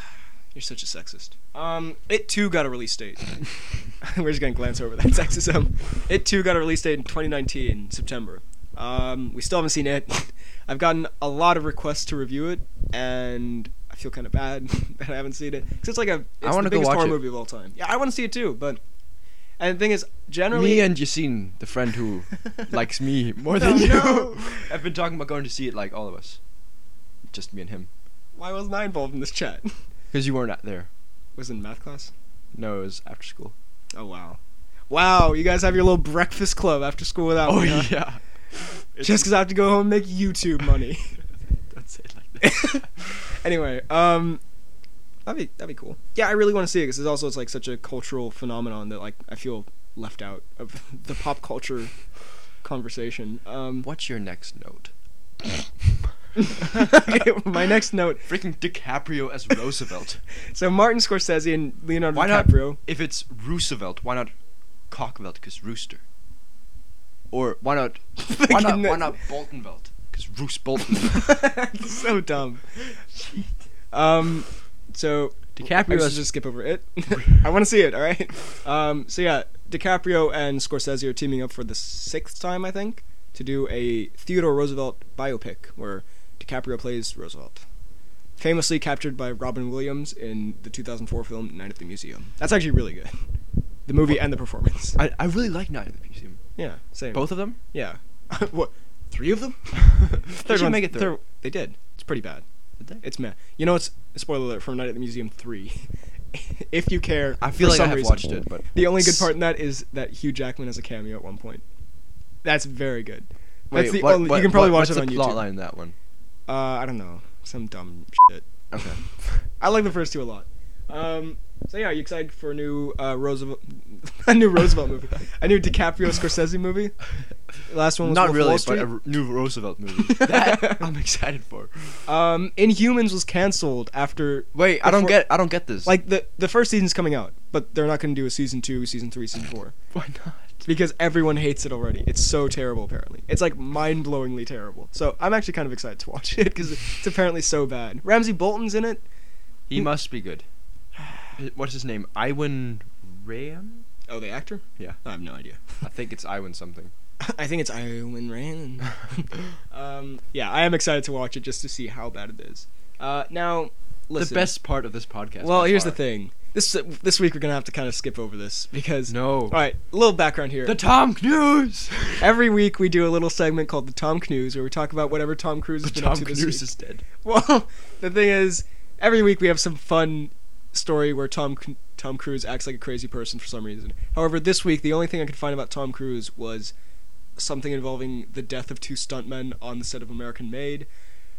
You're such a sexist. Um, it too got a release date. *laughs* We're just gonna glance over that sexism. It too got a release date in 2019 September. Um, we still haven't seen it. I've gotten a lot of requests to review it, and I feel kind of bad *laughs* that I haven't seen it because it's like a it's the wanna go biggest watch horror it. movie of all time. Yeah, I want to see it too, but and the thing is, generally, me and Yassine, the *laughs* friend who likes me No, more than you, no. *laughs* have been talking about going to see it like all of us, just me and him, why wasn't I involved in this chat? *laughs* because you weren't at there. Was it in math class. No, it was after school. Oh wow, wow! You guys have your little breakfast club after school without *laughs* me. huh? Oh, yeah, Just because I have to go home and make YouTube money. *laughs* don't say it like that. *laughs* anyway, um, that'd be that'd be cool. Yeah, I really want to see it because it's also it's like such a cultural phenomenon that like I feel left out of *laughs* the pop culture conversation. Um, What's your next note? *laughs* okay, my next note. Freaking DiCaprio as *laughs* Roosevelt. So Martin Scorsese and Leonardo Why not? DiCaprio. *laughs* If it's Roosevelt, why not Cockvelt? Because rooster. Or why not Why not? thinking Why that- not Boltonvelt? Because Bruce Bolton. *laughs* *laughs* so dumb. Um, so DiCaprio I is- should just skip over *laughs* it. I want to see it. All right. Um, so yeah, DiCaprio and Scorsese are teaming up for the sixth time, I think, to do a Theodore Roosevelt biopic where DiCaprio plays Roosevelt, famously captured by Robin Williams in the 2004 film Night at the Museum. That's actually really good. The movie and the performance. I, I really like Night at the Museum. yeah, same. Both of them. Yeah. *laughs* what? Three of them? *laughs* They should make it third- third. They did. It's pretty bad. Did they? It's meh. You know, it's spoiler alert from Night at the Museum three. *laughs* if you care, I feel for like I some have reason. watched it, but the only good part in that is that Hugh Jackman has a cameo at one point. That's very good. That's Wait, the what- only. what- you can probably what- watch it what's on the YouTube. plot line in that one. Uh, I don't know, some dumb shit. Okay. I like the first two a lot. Um, so yeah, are you excited for a new uh, Roosevelt, *laughs* a new Roosevelt movie, a new DiCaprio Scorsese movie? Last one was Not Wolf of really, Wall but Street? a r- new Roosevelt movie. *laughs* that I'm excited for. Um, Inhumans was canceled after Wait, I don't Before- get. I don't get this. like the the first season's coming out, but they're not going to do a season two, season three, season four why not? because everyone hates it already. It's so terrible, apparently. It's like mind blowingly terrible. So I'm actually kind of excited to watch *laughs* it because it's apparently so bad. Ramsey Bolton's in it. He must be good. *sighs* H- What's his name? Iwan Ram? Oh, the actor? Yeah. I have no idea. I think it's Iwan *laughs* something. *laughs* I think it's Iwan *laughs* Rand. um, yeah, I am excited to watch it just to see how bad it is. Uh, now, listen. The best part of this podcast. Well, by here's far. the thing. This this week we're gonna have to kind of skip over this because No. All right, a little background here. The Tom Cruise. *laughs* Every week we do a little segment called the Tom Cruise, where we talk about whatever Tom Cruise has been up Tom to this week. Cruise is dead. *laughs* Well, the thing is, every week we have some fun story where Tom C- Tom Cruise acts like a crazy person for some reason. However, this week the only thing I could find about Tom Cruise was something involving the death of two stuntmen on the set of American Made,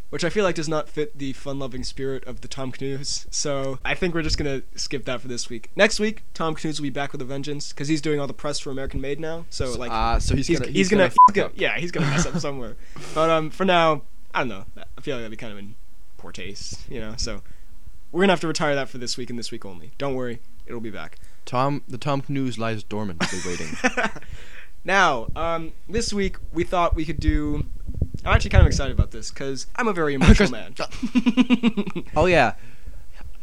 which I feel like does not fit the fun-loving spirit of the Tom Cruise. So I think we're just gonna skip that for this week. Next week, Tom Cruise will be back with a vengeance because he's doing all the press for American Made now. So like, Ah, so he's, he's, gonna. he's, gonna, fuck he's gonna- up. yeah he's gonna mess up somewhere. *laughs* But um, for now, I don't know. I feel like that'd be kind of in poor taste, you know. So we're gonna have to retire that for this week and this week only. Don't worry, it'll be *laughs* back. Tom, the Tom Cruise lies dormant, waiting. *laughs* now, um, this week we thought we could do. I'm actually kind of excited about this because I'm a *laughs* very emotional 'Cause- man. *laughs* oh yeah.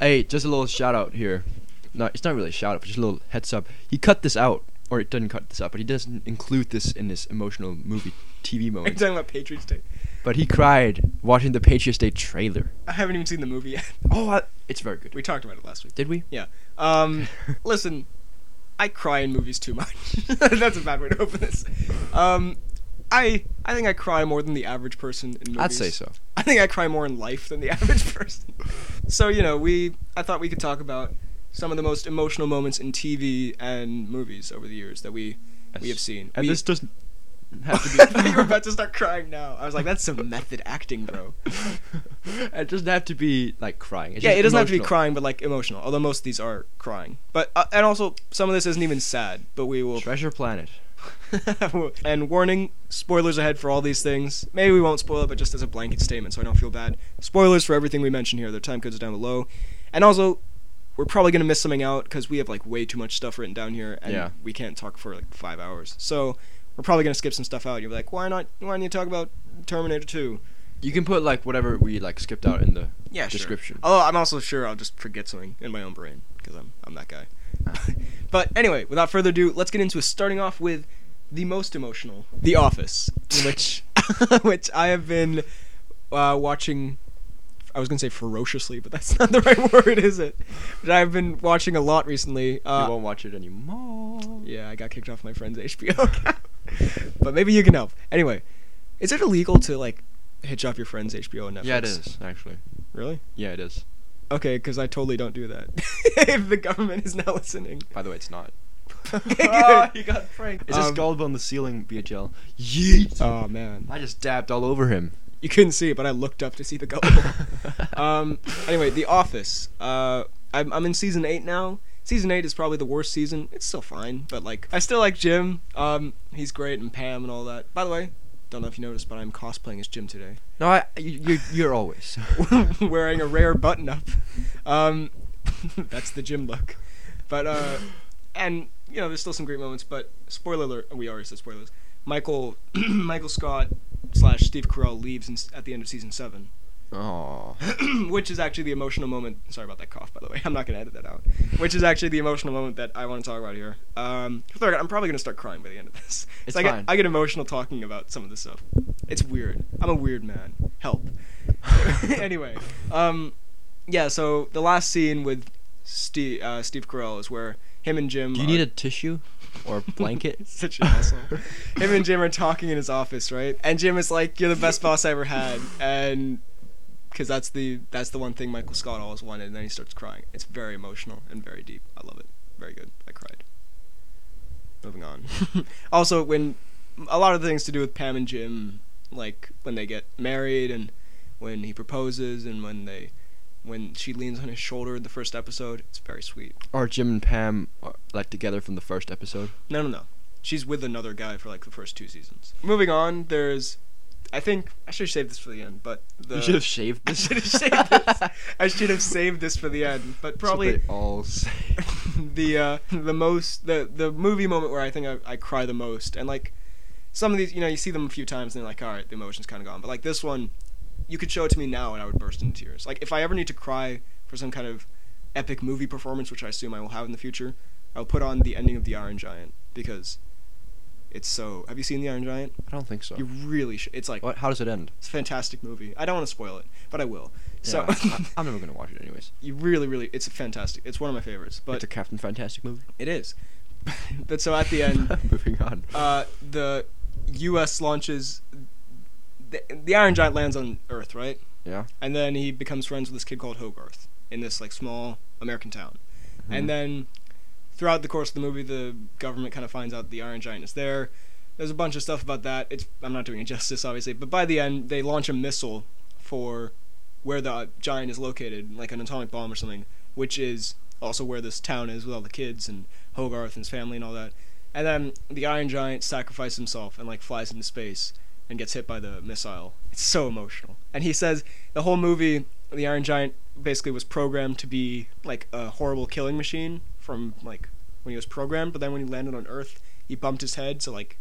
Hey, just a little shout out here. No, it's not really a shout out, but just a little heads up. He cut this out, or it doesn't cut this out, but he doesn't include this in his emotional movie *laughs* TV Are you moment. talking about Patriots Day? But he cried watching the Patriots Day trailer. I haven't even seen the movie yet. *laughs* Oh, I, it's very good. We talked about it last week. Did we? Yeah. Um, *laughs* listen, I cry in movies too much. *laughs* That's a bad way to open this. Um, I I think I cry more than the average person in movies. I'd say so. I think I cry more in life than the *laughs* average person. so you know, we I thought we could talk about some of the most emotional moments in TV and movies over the years that we we have seen. And We- this doesn't I *laughs* have to be. thought you were about to start crying now. I was like, that's some method acting, bro. *laughs* it doesn't have to be like crying. It's yeah, just it doesn't have to be emotional. crying, but like emotional. Although most of these are crying, but uh, and also some of this isn't even sad. But we will. Treasure Planet. *laughs* and warning, spoilers ahead for all these things. Maybe we won't spoil it, but just as a blanket statement, so I don't feel bad. Spoilers for everything we mention here. The time codes are down below, and also we're probably gonna miss something out because we have like way too much stuff written down here, and Yeah. we can't talk for like five hours. So we're probably gonna skip some stuff out. You're like, why not? Why don't you talk about Terminator Two? You can put like whatever we like skipped out in the Yeah, sure. description. Although I'm also sure I'll just forget something in my own brain because I'm I'm that guy. *laughs* but anyway, without further ado, let's get into it. Starting off with the most emotional, The Office, which *laughs* which I have been uh, watching. I was gonna say ferociously, but that's not the *laughs* right word, is it? But I've been watching a lot recently. you Uh, won't watch it anymore. yeah, I got kicked off my friend's *laughs* HBO, account. but maybe you can help. Anyway, is it illegal to like hitch off your friend's HBO and Netflix? Yeah, it is actually. Really? Yeah, it is. Okay, because I totally don't do that. *laughs* if the government is not listening. By the way, it's not. Okay, Oh, good. got pranked. Is this gold on the ceiling, BHL? Yeet! Oh man, Um, I just dabbed all over him. you couldn't see it, but I looked up to see the gullible. um. Anyway, The Office. Uh, I'm I'm in season eight now. Season eight is probably the worst season. It's still fine, but like I still like Jim. Um, he's great and Pam and all that. By the way, don't know if you noticed, but I'm cosplaying as Jim today. No, I, you, you're, *laughs* you're *laughs* always. wearing a rare button up. Um, *laughs* that's the gym look. But uh, and you know, there's still some great moments. But spoiler alert: we already said spoilers. Michael *clears throat* Michael Scott slash Steve Carell leaves in, s- at the end of season seven, Oh, *clears throat* which is actually the emotional moment. Sorry about that cough, by the way. *laughs* I'm not gonna edit that out. Which is actually the emotional moment that I want to talk about here. Um, 'cause I- I'm probably gonna start crying by the end of this. It's I fine. get I get emotional talking about some of this stuff. It's weird. I'm a weird man. *laughs* Help. *laughs* anyway, um, yeah. So the last scene with Steve uh, Steve Carell is where him and Jim. do you are- need a tissue or a *laughs* blanket? Such an asshole. *laughs* Him and Jim are talking in his office, right? And Jim is like, "You're the best boss I ever had," and because that's the that's the one thing Michael Scott always wanted. And then he starts crying. It's very emotional and very deep. I love it. Very good. I cried. Moving on. also, when a lot of the things to do with Pam and Jim, like when they get married and when he proposes and when they when she leans on his shoulder in the first episode, it's very sweet. Or Jim and Pam are, like together from the first episode? No, no, no. She's with another guy for like the first two seasons. Moving on, there's. I think I should have saved this for the end, but the you should have shaved *laughs* I this. should have saved *laughs* this. I should have saved this for the end, but probably That's what they all say. *laughs* the uh, the most the the movie moment where I think I, I cry the most, and like some of these, you know, you see them a few times and they're like, all right, the emotion's kind of gone, but like this one, you could show it to me now and I would burst into tears. Like if I ever need to cry for some kind of epic movie performance, which I assume I will have in the future, I'll put on the ending of the Iron Giant because it's so. Have you seen the Iron Giant? I don't think so. You really should. It's like What? How does it end? it's a fantastic movie. I don't want to spoil it, but I will. So So *laughs* I, I'm never gonna watch it anyways. you really, really, it's a fantastic. It's one of my favorites. But it's a Captain Fantastic movie. it is. *laughs* but so at the end, *laughs* moving on. uh, the U.S. launches the, the Iron Giant lands on Earth, right? yeah. And then he becomes friends with this kid called Hogarth in this like small American town. Mhm. And then throughout the course of the movie, the government kind of finds out the Iron Giant is there. There's a bunch of stuff about that. It's I'm not doing it *laughs* justice, obviously, but by the end, they launch a missile for where the giant is located, like an atomic bomb or something, which is also where this town is with all the kids and Hogarth and his family and all that. And then the Iron Giant sacrifices himself and like flies into space and gets hit by the missile. It's so emotional. And he says the whole movie, the Iron Giant basically was programmed to be like a horrible killing machine from like when he was programmed, but then when he landed on Earth, he bumped his head, so like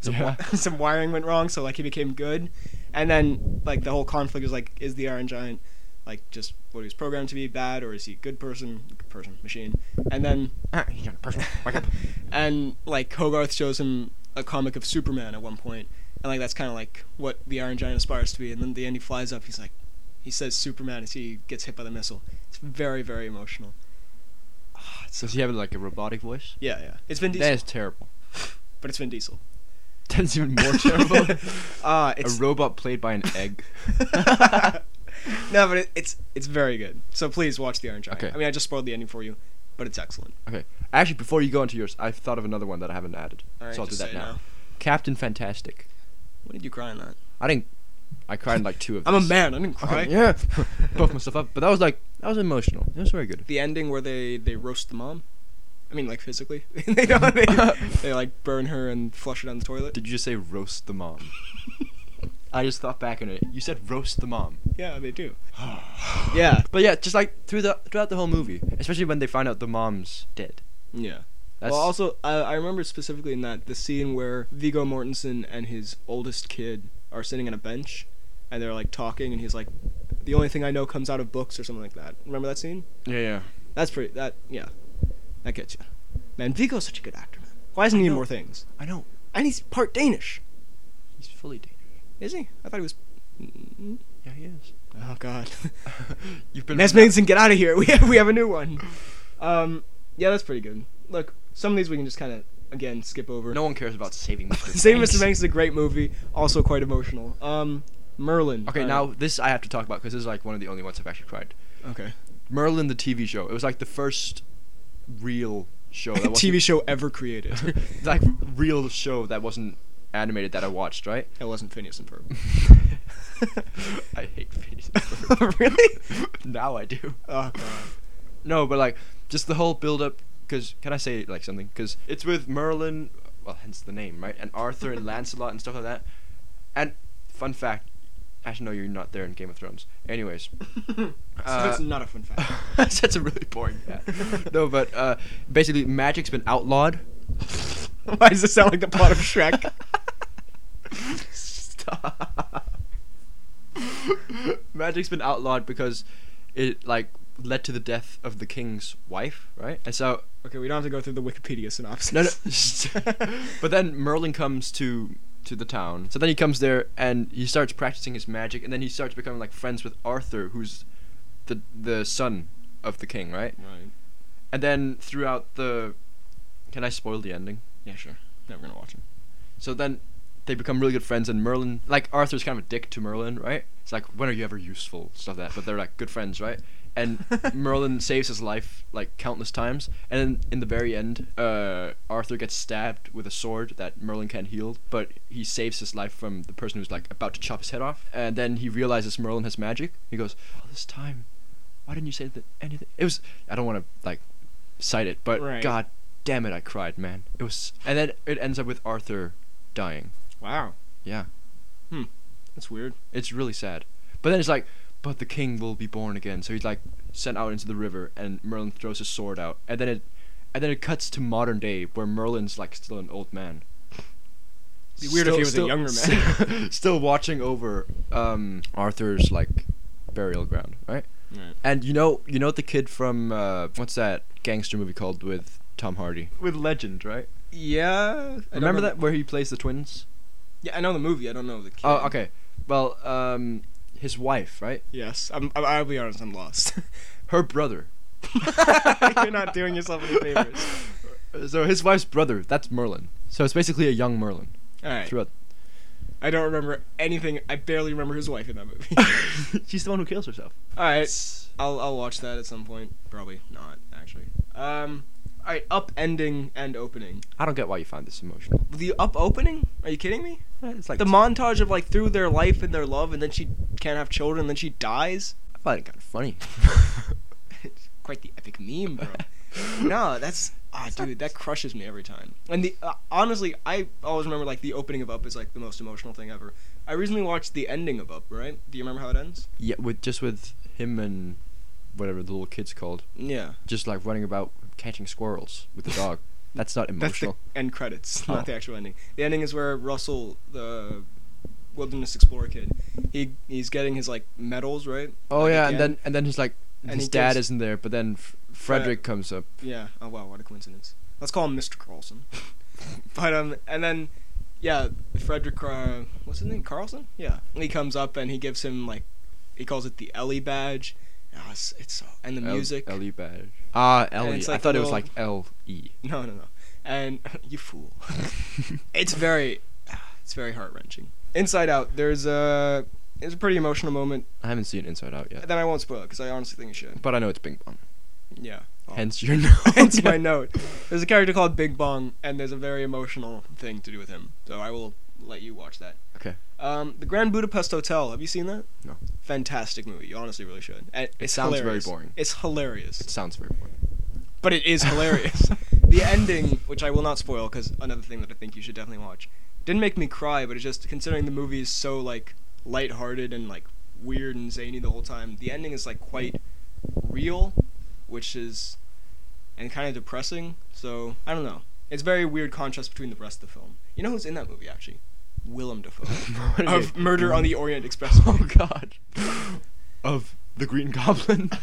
some, wi- *laughs* some wiring went wrong, so like he became good. And then like the whole conflict was like, is the Iron Giant like just what he was programmed to be bad, or is he a good person, person machine? And then Ah, *laughs* and like Hogarth shows him a comic of Superman at one point, and like that's kind of like what the Iron Giant aspires to be. And then at the end, he flies up. He's like, he says Superman as he gets hit by the missile. It's very very emotional. Ah, it's so- Does he have like a robotic voice? yeah, yeah. It's Vin Diesel, That is terrible. but it's Vin *laughs* Diesel. That's even *laughs* more terrible. Uh, a it's robot played by an egg. *laughs* *laughs* no, but it, it's it's very good. So please watch the Iron Giant. Okay. I mean, I just spoiled the ending for you, but it's excellent. Okay. Actually, before you go into yours, I've thought of another one that I haven't added. All right, so I'll do just that say it now. now. Captain Fantastic. When did you cry on that? I didn't. I cried in like two of I'm a these. man. I didn't cry. *laughs* Okay, yeah. Puffed myself up. But that was like, that was emotional. It was very *laughs* good. the ending where they they roast the mom. I mean, like physically. *laughs* they don't. *laughs* They, they like burn her and flush her down the toilet. Did you just say roast *laughs* the mom? I just thought back on it. You said roast the mom. Yeah, they *sighs* do. yeah. *laughs* But yeah, just like through the throughout the whole movie, especially when they find out the mom's dead. Yeah. That's well, also, I, I remember specifically in that the scene where Vigo Mortensen and his oldest kid are sitting on a bench, and they're like talking, and he's like, "The only thing I know comes out of books" or something like that. Remember that scene? yeah, yeah. That's pretty. That yeah, that gets you. Man, Vigo's such a good actor, man. Why isn't I he in know. more things? I know. And he's part Danish, He's fully Danish. is he? I thought he was. Mm, Yeah, he is. Oh God. You've been. Ness Mason, get out of here. *laughs* We have, we have a new one. Um, yeah, that's pretty good. Look, some of these we can just kind of again skip over. No one cares about saving Mr. *laughs* Saving Banks. Mr. Banks is a great movie, also quite emotional. Um, Merlin. Okay, uh, now this I have to talk about because this is like one of the only ones I've actually cried. okay. Merlin, the TV show. It was like the first real show. Oh, *laughs* That TV show ever created. wasn't- *laughs* like real show that wasn't animated that I *laughs* watched. Right. *laughs* that wasn't Phineas and Ferb. I *laughs* hate Phineas. Really? *laughs* now I do. Oh *laughs* God. No, but like just the whole build up. Because can I say like something? Because it's with Merlin, well, hence the name, right? And Arthur and Lancelot and stuff like that. And fun fact, actually, no, you're not there in Game of Thrones. Anyways, so Uh, that's not a fun fact. *laughs* that's a really boring. no, but uh, basically, magic's been outlawed. *laughs* Why does it sound like the plot of Shrek? magic's been outlawed because it like led to the death of the king's wife, right? And so Okay, we don't have to go through the Wikipedia synopsis. *laughs* no, no. but then Merlin comes to to the town. So then he comes there and he starts practicing his magic, and then he starts becoming like friends with Arthur, who's the the son of the king, right? Right. And then throughout the, can I spoil the ending? Yeah, sure. Never gonna watch it. So then they become really good friends, and Merlin, like Arthur's kind of a dick to Merlin, right? It's like, when are you ever useful? Stuff like that. But they're like good friends, right? And Merlin saves his life like countless times. And then in the very end, uh, Arthur gets stabbed with a sword that Merlin can't heal, but he saves his life from the person who's like about to chop his head off. And then he realizes Merlin has magic. He goes, all this time, why didn't you say that anything? It was, I don't want to like cite it, but Right. God damn it, I cried, man. It was, and then it ends up with Arthur dying. Wow. Yeah, Hmm. That's weird. it's really sad. But then it's like, but the king will be born again. So he's like sent out into the river, and Merlin throws his sword out, and then it, and then it cuts to modern day where Merlin's like still an old man. Be weird if he was a younger man. *laughs* still watching over um, Arthur's like burial ground, right? Right. And you know, you know the kid from uh, what's that gangster movie called with Tom Hardy? With Legend, right? Yeah. Remember that where he plays the twins? Yeah, I know the movie. I don't know the kid. Oh, okay. Well, um, his wife, right? Yes. I'm, I'm, I'll be honest. I'm lost. *laughs* Her brother. You're not doing yourself any favors. So his wife's brother. That's Merlin. So it's basically a young Merlin *laughs* All right. throughout. I don't remember anything. I barely remember his wife in that movie. *laughs* She's the one who kills herself. All right. I'll I'll watch that at some point. Probably not actually. Um. All right. Up ending and opening. I don't get why you find this emotional. Uh, The up opening? Are you kidding me? It's like The montage of like through their life and their love, and then she can't have children, and then she dies. I find it kind of funny. *laughs* It's quite the epic meme, *laughs* bro. no, that's ah, dude, that crushes me every time. And the uh, honestly, I always remember like the opening of Up is like the most emotional thing ever. I recently watched the ending of Up. Right? Do you remember how it ends? yeah, with just with him and whatever the little kid's called, Yeah. just like running about catching squirrels with the dog. That's not That's the emotional. end credits, *laughs* Oh. not the actual ending. The ending is where Russell, the wilderness explorer kid, he he's getting his like medals, right? oh Like, at yeah, the and end. then and then he's like, And his he dad gives- isn't there, but then F- Frederick comes up. Yeah. Oh wow, what a coincidence. Let's call him Mr. *laughs* Carlson. but um, and then yeah, Frederick, uh, what's his name? Carlson. Yeah. He comes up and he gives him like, he calls it the Ellie badge. Ah, it's, it's so and the El- music. Ellie E badge. Ah, Ellie. it's I like thought a it was little- like L E. No, no, no. And *laughs* you fool. *laughs* it's very, ah, it's very heart wrenching. Inside Out. There's a, it's a pretty emotional moment. I haven't seen Inside Out yet, Then I won't spoil it because I honestly think you should. but I know it's Bing Bong. Yeah. Oh. Hence your note. *laughs* *laughs* Hence my note. There's a character called Big Bong, and there's a very emotional thing to do with him. So I will let you watch that. Okay. Um, the Grand Budapest Hotel. Have you seen that? No. Fantastic movie. You honestly really should. And It sounds very hilarious. boring. It's hilarious, It sounds very boring. but it is *laughs* hilarious. the ending, which I will not spoil, because another thing that I think you should definitely watch, didn't make me cry, but it's just considering the movie is so like lighthearted and like weird and zany the whole time. The ending is like quite real, which is and kind of depressing. So I don't know. It's very weird contrast between the rest of the film. You know who's in that movie actually? Willem *laughs* Dafoe of Murder on the Orient Express. Oh God. of the Green Goblin. *laughs*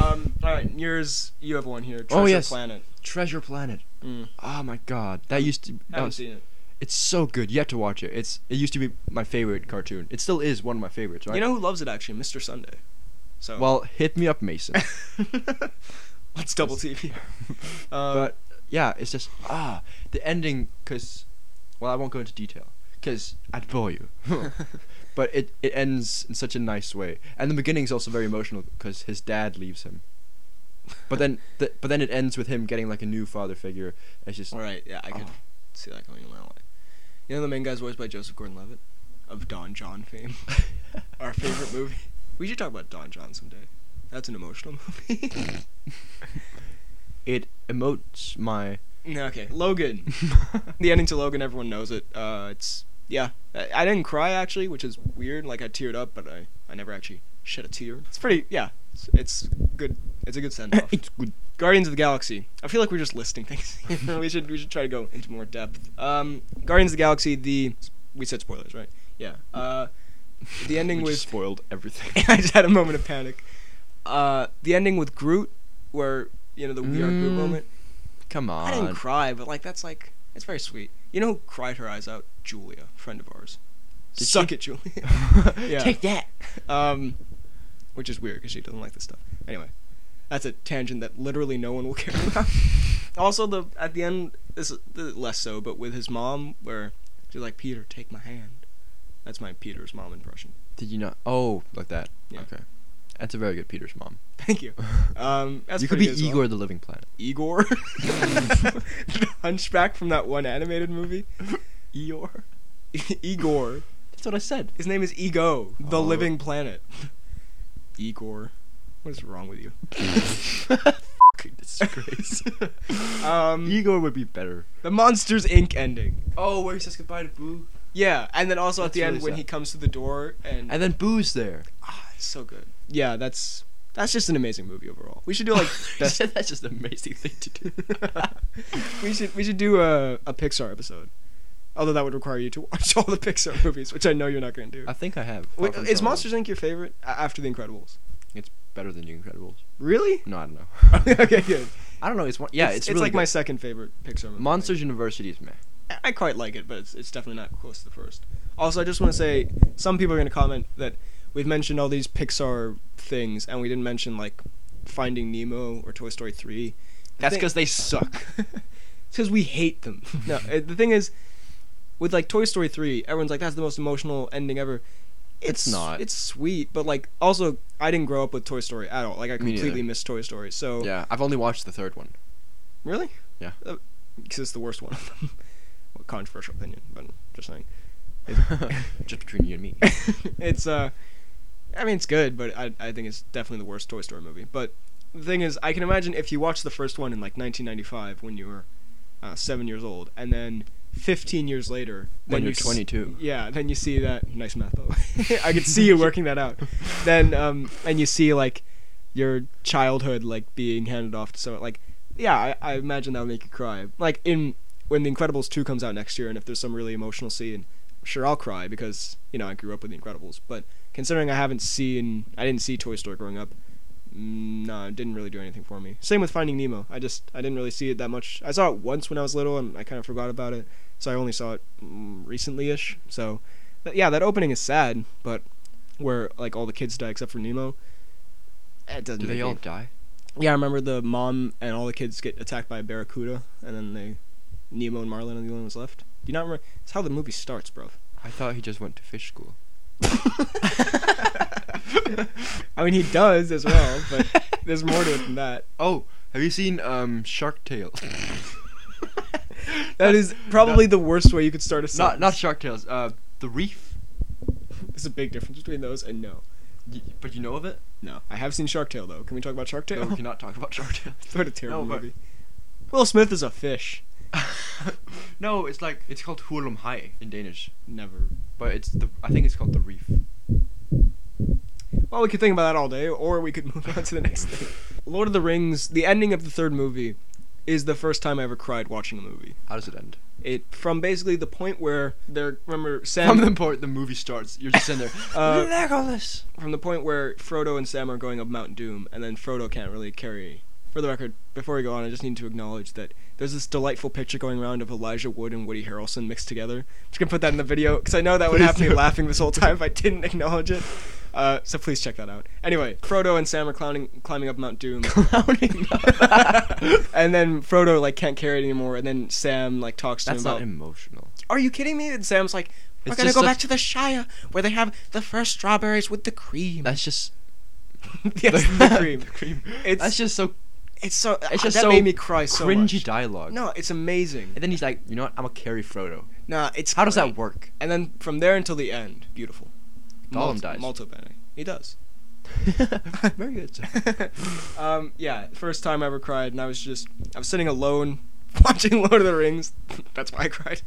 Um, all right, yours. You have one here. Treasure Oh, yes. Planet. Treasure Planet. Mm, Oh my God. That used to. That haven't was, seen it. it's so good. You have to watch it. It's. It used to be my favorite cartoon. It still is one of my favorites. Right. You know who loves it actually? Mr. Sunday. So Well, hit me up, Mason. *laughs* Let's double *laughs* TV. Um, but yeah, it's just ah the ending because well I won't go into detail because I'd bore you. *laughs* *laughs* but it it ends in such a nice way, and the beginning's also very emotional because his dad leaves him. But then the, but then it ends with him getting like a new father figure. It's just all *laughs* right, yeah, I could Oh. see that going a mile away. You know the main guy's voiced by Joseph Gordon-Levitt of Don John *laughs* fame. Our favorite movie. We should talk about Don John someday. That's an emotional movie. *laughs* *laughs* it emotes my no, okay, Logan. *laughs* the ending to Logan, everyone knows it. Uh, it's yeah. I, I didn't cry actually, which is weird. Like I teared up, but I, I never actually shed a tear. It's pretty yeah. It's, it's good. It's a good send off. it's good. Guardians of the Galaxy. I feel like we're just listing things. *laughs* we should we should try to go into more depth. Um, Guardians of the Galaxy. The we said spoilers, right? Yeah. Uh, *laughs* the ending We with just spoiled *laughs* everything. I just had a moment of panic. Uh, the ending with Groot, where you know the We Are Groot Mm, moment. Come on. I didn't *laughs* cry, but like that's like it's very sweet. You know who cried her eyes out? Julia, friend of ours. Did Suck she? it, Julia. *laughs* Yeah. yeah. Take that. *laughs* um, which is weird because she doesn't like this stuff. Anyway, that's a tangent that literally no one will care *laughs* about. also, the at the end, this is the, less so, but with his mom, where she's like, "Peter, take my hand." That's my Peter's mom impression. *laughs* Did you not? Oh, like that. Yeah. Okay. That's a very good Peter's mom. Thank *laughs* you. Um, that's you could pretty good be as well. Igor the Living Planet. Igor, *laughs* The hunchback from that one animated movie. Eeyore? *laughs* Igor. That's what I said. His name is Ego, the Oh. living planet. Igor, what is wrong *laughs* with you? Good *laughs* disgrace. Um, Igor would be better. the Monsters Inc. ending. Oh, where he says goodbye to Boo. Yeah, and then also at That's the end really when sad. he comes to the door and, And then Boo's there. ah, it's so good. Yeah, that's that's just an amazing movie overall. We should *laughs* do like best. That's just an amazing thing to do. *laughs* we should we should do a a Pixar episode. Although that would require you to watch all the Pixar movies, which I know you're not going to do. *laughs* I think I have. Wait, Far from is Solo. Monsters Inc. your favorite a- after The Incredibles? It's better than The Incredibles. Really? *laughs* No, I don't know. *laughs* okay, good. I don't know. It's one. Yeah, it's, it's, really like my good. second favorite Pixar movie. Monsters University is meh. I- I quite like it, but it's, it's definitely not close to the first. Also, I just want to say some people are going to comment that we've mentioned all these Pixar things and we didn't mention like Finding Nemo or Toy Story 3. The That's thing- because *laughs* they suck. It's because we hate *laughs* them. no, uh, the thing is, with like Toy Story three, everyone's like, "That's the most emotional ending ever." It's not. It's sweet, but like, also, I didn't grow up with Toy Story at all. Like, I Me neither. completely missed Toy Story. So yeah, I've only watched the third one. really, *laughs* Yeah. because Uh, it's the worst one of *laughs* them. well, controversial opinion, but just saying. just between you and *laughs* me. it's uh, I mean, it's good, but I I think it's definitely the worst Toy Story movie. But the thing is, I can imagine if you watched the first one in like 1995 when you were uh, seven years old, and then 15 years later then When you're you s- 22. yeah, then you see that nice math by the way. *laughs* I could see you working that out. Then um, and you see like your childhood like being handed off to someone like yeah, I, I imagine that would make you cry. Like in when The Incredibles two comes out next year, and if there's some really emotional scene, sure I'll cry because you know I grew up with The Incredibles. But considering I haven't seen, I didn't see Toy Story growing up. mm, No, it didn't really do anything for me. Same with Finding Nemo. I just I didn't really see it that much. I saw it once when I was little, and I kind of forgot about it. So I only saw it mm, recently-ish. So, but yeah, that opening is sad, but where like all the kids die except for Nemo. It doesn't. Do make they me- all die? yeah, I remember the mom and all the kids get attacked by a barracuda, and then they, Nemo and Marlin are the only ones left. Do you not remember? It's how the movie starts, bro. I thought he just went to fish school. I mean, he does as well, but *laughs* there's more to it than that. Oh, have you seen um Shark Tale? That is probably the worst way you could start a not sentence. not Shark Tales. Uh, The Reef. There's a big difference between those and no. Y- but you know of it? No, I have seen Shark Tale though. Can we talk about Shark Tale? No, we cannot talk about Shark Tale. *laughs* what a terrible No, but- movie. Will Smith is a fish. *laughs* no, it's like it's called Hulum Hai in Danish, Never. but it's the I think it's called The Reef. Well, we could think about that all day, or we could *laughs* move on to the next thing. Lord of the Rings, the ending of the third movie, is the first time I ever cried watching a movie. How does it end? It from basically the point where they're remember Sam From the point the movie starts, you're just in *laughs* there. *laughs* Uh, Legolas. from the point where Frodo and Sam are going up Mount Doom, and then Frodo can't really carry. For the record, before we go on, I just need to acknowledge that there's this delightful picture going around of Elijah Wood and Woody Harrelson mixed together. Just gonna put that in the video because I know that would Please have *laughs* me do. laughing this whole time if I didn't acknowledge it. Uh, so please check that out. Anyway, Frodo and Sam are clowning, climbing up Mount *laughs* Doom. Clowning. and then Frodo like can't carry it anymore, and then Sam like talks to That's him about. not emotional. Are you kidding me? And Sam's like, we're It's gonna just go such- back to the Shire where they have the first strawberries with the cream. That's just *laughs* *laughs* yes, the *laughs* cream. It's That's just so it's so it's just that so made me cry so cringy much. dialogue. No, it's amazing. And then he's like, you know what? I'm gonna carry Frodo. Nah, it's How does great. *laughs* that work? And then from there until the end, beautiful. Gollum Malt- dies. Malto Bene. He does. *laughs* Very good. sir. um, yeah, first time I ever cried, and I was just I was sitting alone *laughs* watching Lord of the Rings. *laughs* That's why I cried,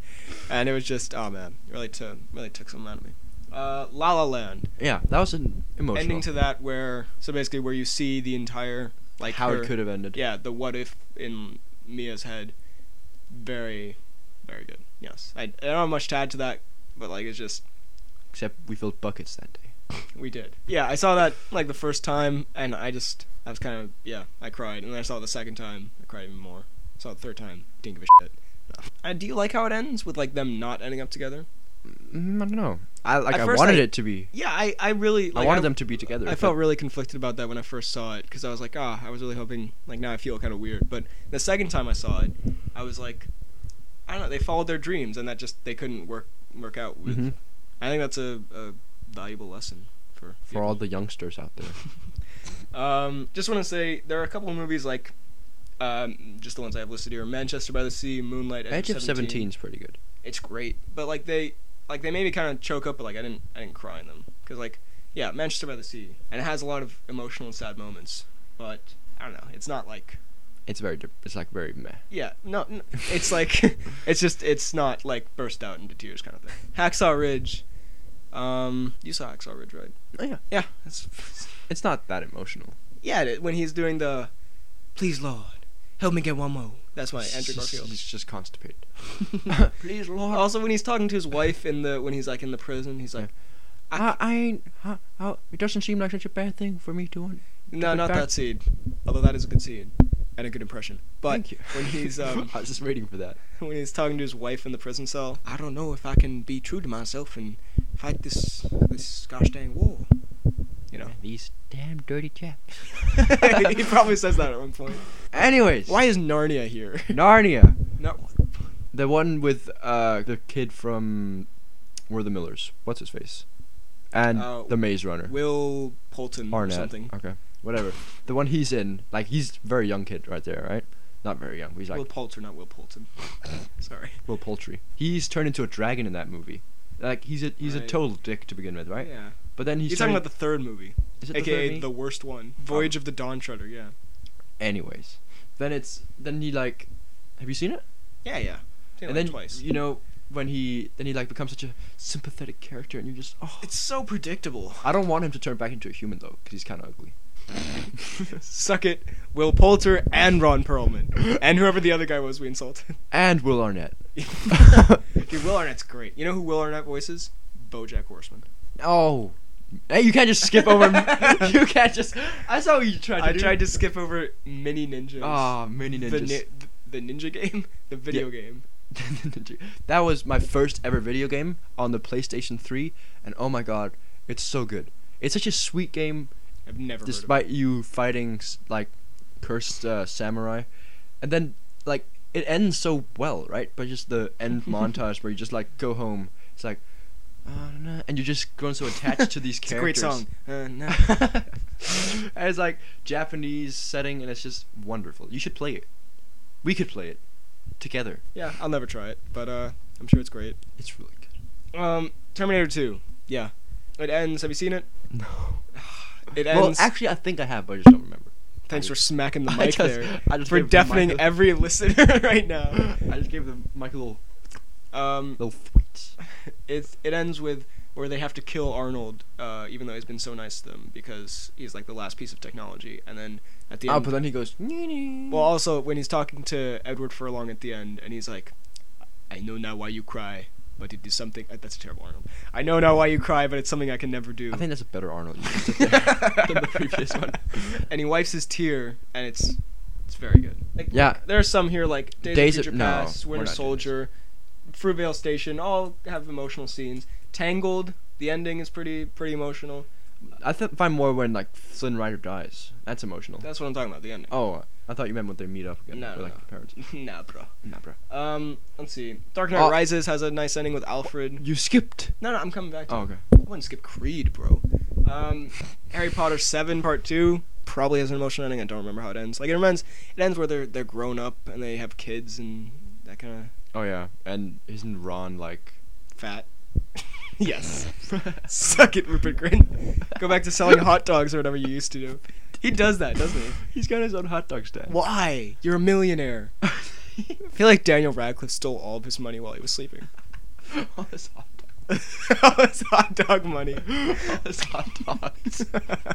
and it was just oh man, it really took really took something out of me. Uh, La La Land yeah, that was an emotional. ending to that where so basically where you see the entire like like how her- it could have ended. yeah the what if in Mia's head very very good yes I, I don't have much to add to that but like it's just Except we filled buckets that day. We did. Yeah, I saw that like the first time, and I just I was kind of yeah, I cried, and then I saw it the second time, I cried even more. I saw it the third time, didn't give a shit. No. Uh, do you like how it ends with like them not ending up together? Mm, I don't know. I like. At I first wanted I- it to be. Yeah, I I really like, I wanted them to be together. I but felt really conflicted about that when I first saw it because I was like, ah, I was really hoping. Like now I feel kind of weird, but the second time I saw it, I was like, I don't know. They followed their dreams, and that just they couldn't work work out with. Mhm. I think that's a, a valuable lesson for for all the youngsters out *laughs* there. Um, just want to say there are a couple of movies like, um, just the ones I have listed here: Manchester by the Sea, Moonlight, Edge, Edge of of 17 is pretty good. It's great, but like they, like they made me kind of choke up, but like I didn't, I didn't cry in them because like, yeah, Manchester by the Sea, and it has a lot of emotional and sad moments, but I don't know, it's not like, It's very. dep- It's like very meh. yeah, no, n it's like, *laughs* it's just, it's not like burst out into tears kind of thing. Hacksaw Ridge, um, you saw Hacksaw Ridge, right? Oh, yeah. Yeah, that's *laughs* It's not that emotional. Yeah, th- when he's doing the, please Lord, help me get one more. That's my Andrew He's just- Garfield. *laughs* He's just constipated. *laughs* Please, Lord. also, when he's talking to his wife in the when he's like in the prison, he's like, I, I ain't. I, I, it doesn't seem like such a bad thing for me to want. no, In not fact- that seed. Although that is a good seed and a good impression. But Thank you. when *laughs* he's um, I was just waiting for that. *laughs* when he's talking to his wife in the prison cell, I don't know if I can be true to myself and fight this this gosh dang war. You know, These damn dirty chaps. *laughs* he probably says that at one point. Anyways, Why is Narnia here? *laughs* Narnia? Not The one with uh the kid from Were the Millers. What's his face? And Uh, the Maze Runner. Will Poulton or Arnett. something. Okay. Whatever. The one he's in, like he's very young kid right there, right? Not very young. He's like Will Will, Poulter, not Will Poulton. *laughs* Sorry. Poultry. He's turned into a dragon in that movie. Like he's a he's a Right. total dick to begin with, right? Yeah. But then he's He's talking about the third movie, the, is it aka the, third the, movie? Um, worst one, Voyage of the Dawn Treader. Yeah. Anyways, then it's then he like, have you seen it? Yeah, yeah. and then you know when he then he like becomes such a sympathetic character, and you just oh. it's so predictable. I don't want him to turn back into a human though, because he's kind of ugly. *laughs* Suck it, Will Poulter and Ron Perlman, and whoever the other guy was we *laughs* insulted. And Will Arnett. Dude, Will Arnett's great. You know who Will Arnett voices? BoJack Horseman. oh, hey, you can't just skip over. *laughs* him. you can't just. I saw what you tried to I do. tried to skip over Mini Ninjas. Ah, mini the, ninjas. ni- the ninja game, *laughs* the video game. Ninja. *laughs* that was my first ever video game on the PlayStation 3, and oh my god, it's so good. It's such a sweet game, I've never heard *laughs* despite you fighting s- like cursed uh, samurai, and then like it ends so well, right? But just the *laughs* end montage where you just like go home. It's like, uh, nah, and you're just grown so attached to *laughs* these of it. It's a great song. characters. Uh, no. *laughs* and it's like Japanese setting, and it's just wonderful. You should play it. We could play it together. yeah, I'll never try it, but uh, I'm sure it's great. It's really *laughs* good. Um, Terminator 2. Yeah. It ends. Have you seen it? No. It Well, ends. actually, I think I have, but I just don't remember. thanks for smacking the I mic just- there. I just We're gave the mic deafening a- every *laughs* listener right *gasps* now. I just gave the Mike a little Um, little tweet. it's it ends with where they have to kill Arnold, uh, even though he's been so nice to them because he's like the last piece of technology. And then at the Oh, end, but then he goes. "Nee-nee." well, also when he's talking to Edward Furlong at the end, and he's like, "I know now why you cry." But it is something uh, that's a terrible Arnold. I know now why you cry, but it's something I can never do. I think that's a better *laughs* Arnold you just did there than the previous one. and he wipes his tear, and it's it's very good. Like, Yeah. there are some here like Days, Days of of- Future no, Past, we're Winter not doing Soldier, Fruitvale Station, all have emotional scenes. Tangled, the ending is pretty pretty emotional. I th- find more when like Flynn Rider dies. That's emotional. That's what I'm talking about. The ending. oh, I thought you meant when they meet up again. No, with, no, like no. the parents. *laughs* nah, bro. Nah, bro. Um, let's see. Dark Knight Oh. Rises has a nice ending with Alfred. You skipped. No, no, I'm coming back. To Oh, it. okay. I wouldn't skip Creed, bro. Um, Harry Potter Seven Part Two probably has an emotional ending. I don't remember how it ends. Like it ends, it ends where they're they're grown up and they have kids and that kind of Oh yeah, and isn't Ron *laughs* like? fat. *laughs* yes. Suck it, Rupert Grint. Go back to selling hot dogs or whatever you used to do. He does that, doesn't he? He's got his own hot dog stand. Why? You're a millionaire. *laughs* I feel like Daniel Radcliffe stole all of his money while he was sleeping. *laughs* *laughs* All his hot *laughs* all his hot dog money. All his hot dogs.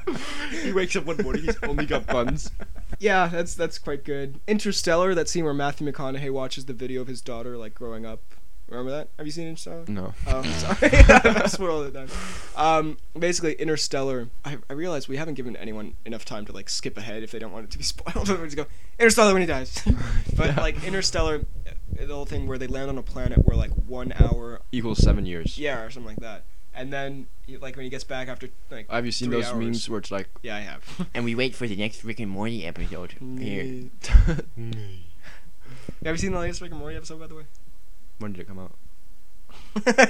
*laughs* he wakes up one morning, he's only got buns. *laughs* Yeah, that's that's quite good. Interstellar, that scene where Matthew McConaughey watches the video of his daughter like growing up. Remember that? Have you seen Interstellar? No. Oh, sorry. *laughs* *laughs* That's what all the time. Um, basically, Interstellar. I, I realize we haven't given anyone enough time to like skip ahead if they don't want it to be *laughs* spoiled. Everyone just go Interstellar when he dies. *laughs* but Yeah. like Interstellar, uh, the whole thing where they land on a planet where like one hour, Equals seven years. yeah, or something like that, and then he- like when he gets back after like Have you seen three those hours. memes where it's like, Yeah, I *laughs* have. And *laughs* we wait for the next Rick and Morty episode. Here. Have you seen the latest Rick and Morty episode, by the way? *laughs* when did it come out?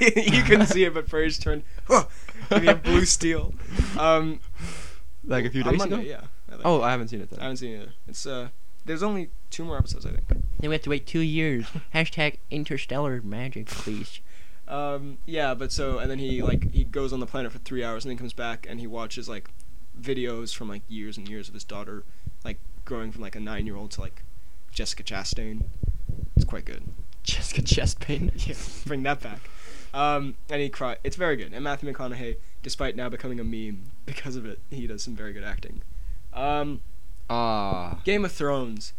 you couldn't see it, but Furge turned. Huh, and he had blue steel. Um, Like a few on days Monday, ago. Yeah. I think. Oh, I haven't seen it I then. haven't seen it either. It's uh, there's only two more episodes, I think. Then we have to wait two *laughs* years. Hashtag interstellar magic, please. Um, yeah, but so and then he like he goes on the planet for three hours and then comes back and he watches like videos from like years and years of his daughter, like growing from like a nine year old to like Jessica Chastain. It's quite good. Jessica chest *laughs* pain. yeah, *laughs* bring that back. Um, and he cry. It's very good. And Matthew McConaughey, despite now becoming a meme *laughs* because of it, he does some very good acting. Um, Ah. Game of Thrones.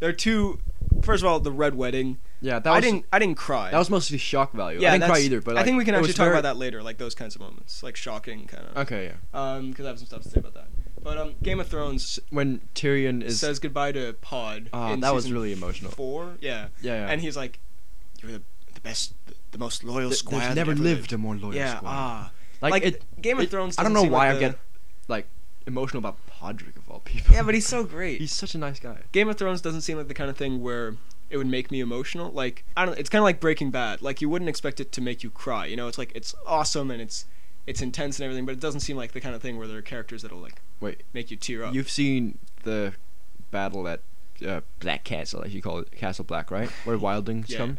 There are two. First of all, the Red Wedding. yeah, that was. I didn't. I didn't cry. That was mostly shock value. Yeah, I didn't cry that's- either, but I think like, we can it was actually talk very- about that later, like those kinds of moments, like shocking kind of. Okay, yeah. Um, because I have some stuff to say about that. But um, Game of Thrones When Tyrion is says goodbye to Pod. Ah, in that was season really emotional. Four. Yeah. Yeah, yeah. And he's like, "You're the, the best, the, most loyal Th- squire. there's that never ever lived a more loyal yeah. squire. Ah. like, it, Game of it- Thrones. I don't doesn't know seem why like I the- get like emotional about Podrick of all people. Yeah, but he's so great. he's such a nice guy. Game of Thrones doesn't seem like the kind of thing where it would make me emotional. Like I don't. It's kind of like Breaking Bad. Like you wouldn't expect it to make you cry. You know, it's like it's awesome and it's it's intense and everything, but it doesn't seem like the kind of thing where there are characters that'll like Wait, make you tear up. you've seen the battle at uh, Black Castle, as you call it, Castle Black, right? *laughs* Where wildlings Yeah. come.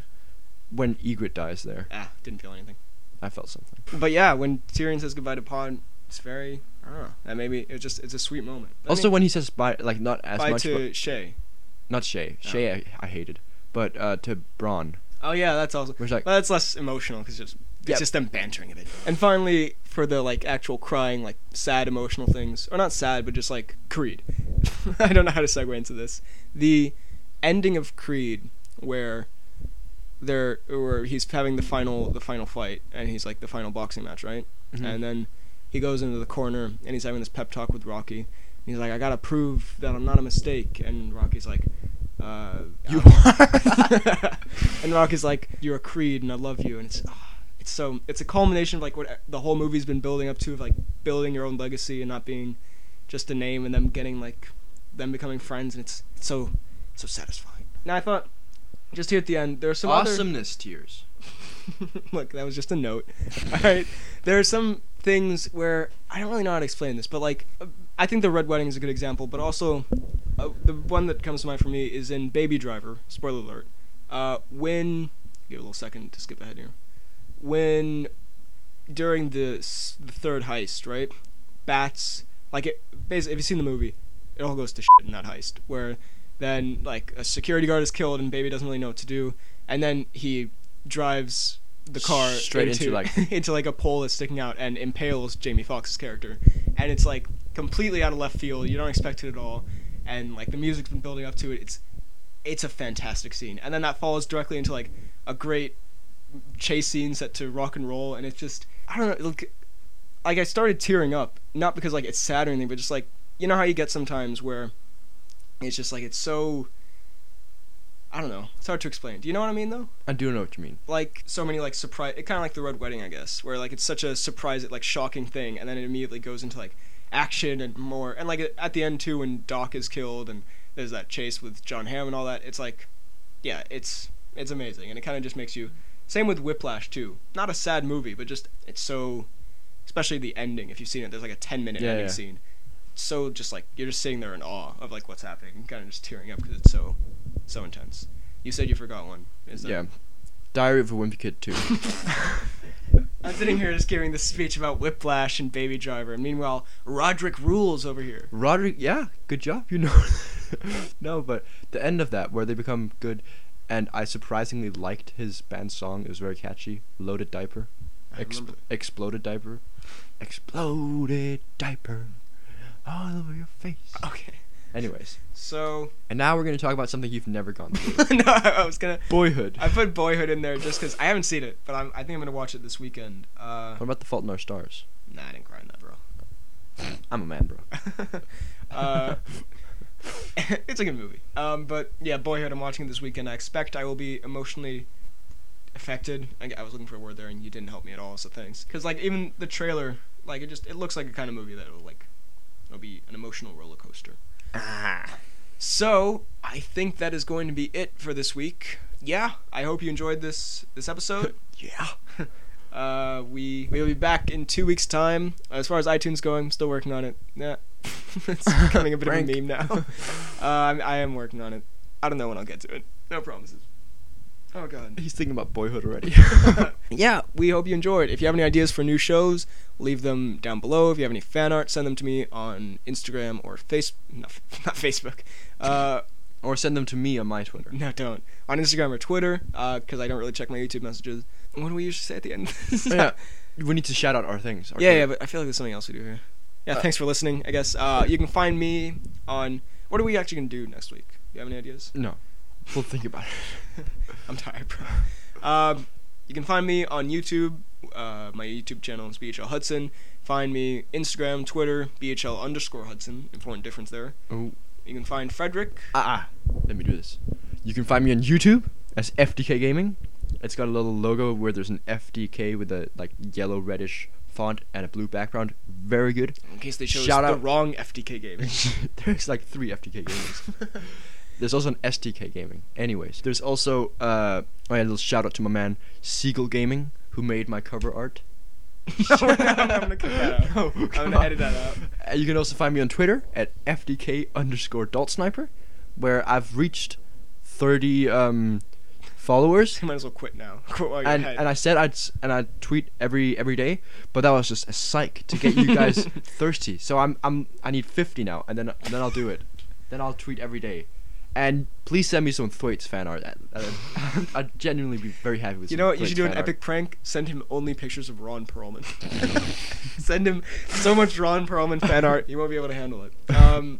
When Egret dies there, ah didn't feel anything. I felt something. But yeah, when Tyrion says goodbye to Pod, it's very I don't know. That maybe it's just it's a sweet moment. I also, mean, when he says bye, like not as bye much, to Shay. but not Shay. Oh. Shay, I, I hated, but uh, to Braun, Oh yeah, that's also. which like Well, that's less emotional because just it's Yep. just them bantering a bit. And finally, for the like actual crying, like sad emotional things, or not sad, but just like Creed. *laughs* I don't know how to segue into this. The ending of Creed, where they're where he's having the final the final fight, and he's like the final boxing match, right? Mhm. And then he goes into the corner, and he's having this pep talk with Rocky. And he's like, "I gotta prove that I'm not a mistake," and Rocky's like. Uh, You are. *laughs* and Rocky's like, "You're a Creed, and I love you." And it's, ah, it's so, it's a culmination of like what the whole movie's been building up to, of like building your own legacy and not being just a name, and them getting like, them becoming friends, and it's so, so satisfying. Now I thought, just here at the end, there are some other awesomeness tears. *laughs* Look, that was just a note. *laughs* All right. There are some things where I don't really know how to explain this, but like uh, I think the red wedding is a good example, but also uh, the one that comes to mind for me is in Baby Driver. Spoiler alert. Uh, when give it a little second to skip ahead here. When during the s- the third heist, right? Bats like it. Basically, if you've seen the movie, it all goes to shit in that heist. Where then like a security guard is killed and Baby doesn't really know what to do, and then he drives the car Straight into, like- *laughs* into like a pole that's sticking out and impales Jamie Foxx's character, and it's like completely out of left field. You don't expect it at all, and like the music's been building up to it. It's it's a fantastic scene, and then that follows directly into like a great chase scene set to rock and roll, and it's just I don't know. Like, like I started tearing up, not because like it's sad or anything, but just like you know how you get sometimes where it's just like it's so. I don't know. It's hard to explain. Do you know what I mean though? I do know what you mean. like so many like surprise it kind of like the red wedding i guess where like it's such a surprise like shocking thing and then it immediately goes into like action and more and like at the end too when doc is killed and there's that chase with john hamm and all that it's like yeah it's it's amazing and it kind of just makes you same with whiplash too not a sad movie but just it's so especially the ending if you've seen it there's like a 10 minute Yeah, ending yeah. scene so just like you're just sitting there in awe of like what's happening and kind of just tearing up because it's so so intense you said you forgot one is that Yeah. Diary of a Wimpy Kid *laughs* 2. I'm sitting here just giving this speech about Whiplash and Baby Driver, and meanwhile, Roderick rules over here. Roderick, yeah, good job, you know. *laughs* no, but the end of that, where they become good, and I surprisingly liked his band song. It was very catchy. Loaded Diaper. I remember Exploded Diaper. Exploded Diaper. All over your face. Okay. Anyways, So *laughs* and now we're gonna talk about something you've never gone through. no, I, I was gonna. Boyhood. I put *laughs* Boyhood in there just because I haven't seen it, but I'm, I think I'm gonna watch it this weekend. Uh, What about the Fault in Our Stars? nah, I didn't cry in that, I'm a man, bro. bro. *laughs* uh, *laughs* it's a good movie. Um, but yeah, Boyhood. I'm watching it this weekend. I expect I will be emotionally affected. I, I was looking for a word there, and you didn't help me at all. So thanks. Because like even the trailer, like it just it looks like a kind of movie that will like it'll be an emotional roller coaster. Ah. So I think that is going to be it for this week. Yeah, I hope you enjoyed this this episode. *laughs* yeah. *laughs* Uh, we we'll be back in two weeks' time. As far as iTunes going, I'm still working on it. Yeah, *laughs* *laughs* it's becoming a bit of a Prank. meme *laughs* now. Uh, I'm- I am working on it. I don't know when I'll get to it. No promises. Oh *laughs* god. *laughs* *laughs* He's thinking about Boyhood already. yeah, we hope you enjoyed. If you have any ideas for new shows, leave them down below. If you have any fan art, send them to me on Instagram or face not, *laughs* not Facebook. Uh, or send them to me on my Twitter. no, don't on Instagram or Twitter because I don't really check my YouTube messages. What do we usually say at the end? *laughs* *laughs* yeah. We need to shout out our things. our yeah, yeah, Twitter. but I feel like there's something else we do here. Yeah, Uh, thanks for listening. I guess uh, you can find me on. What are we actually gonna do next week? You have any *laughs* ideas? No. We'll think about *laughs* it. I'm tired, bro. Um, you can find me on YouTube. Uh, my YouTube channel is BHL Hudson. Find me Instagram, Twitter, BHL underscore Hudson. Important difference there. Oh. You can find Frederick. Ah, ah. Let me do this. You can find me on YouTube as FDK Gaming. It's got a little logo where there's an FDK with a like yellow reddish font and a blue background. Very good. *laughs* In case they chose Shout the out. wrong FTK *laughs* game. there's like three FDK gamings. *laughs* *laughs* there's also an SDK gaming. Anyways, there's also uh, oh yeah, a little shout out to my man Siegel Gaming who made my cover art. *laughs* no, no, no, I'm gonna cut that out. *laughs* No, I'm come gonna edit that out. Uh, You can also find me on Twitter at FDK underscore Dalt Sniper, where I've reached 30 um, followers. *laughs* You might as well quit now. Quit while you're And, ahead. and I said I'd s- and I tweet every every day, but that was just a psych to get *laughs* you guys thirsty. So I'm I'm I need 50 now, and then and then I'll do it. Then I'll tweet every day, and please send me some Thwaites fan art. I- I- *laughs* I'd genuinely be very happy with. You some know what? You Thwaites should do an fan art. epic prank. Send him only pictures of Ron *laughs* Perlman. *laughs* Send him so much Ron Perlman fan art, you won't be able to handle it. Um,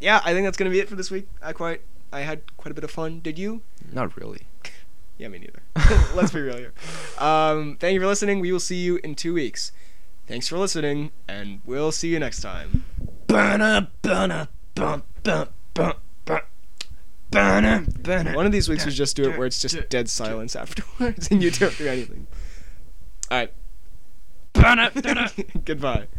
yeah, I think that's gonna be it for this week. I quite, I had quite a bit of fun. Did you? Not really. Yeah, me neither. *laughs* Let's be real here. Um, thank you for listening. We will see you in two weeks. Thanks for listening, and we'll see you next time. Burner, burner, bump, bump, bump, bump. Burner, burner. *laughs* One of these weeks we just do it where it's just dead silence *laughs* afterwards, and you don't do anything. All right. Goodbye.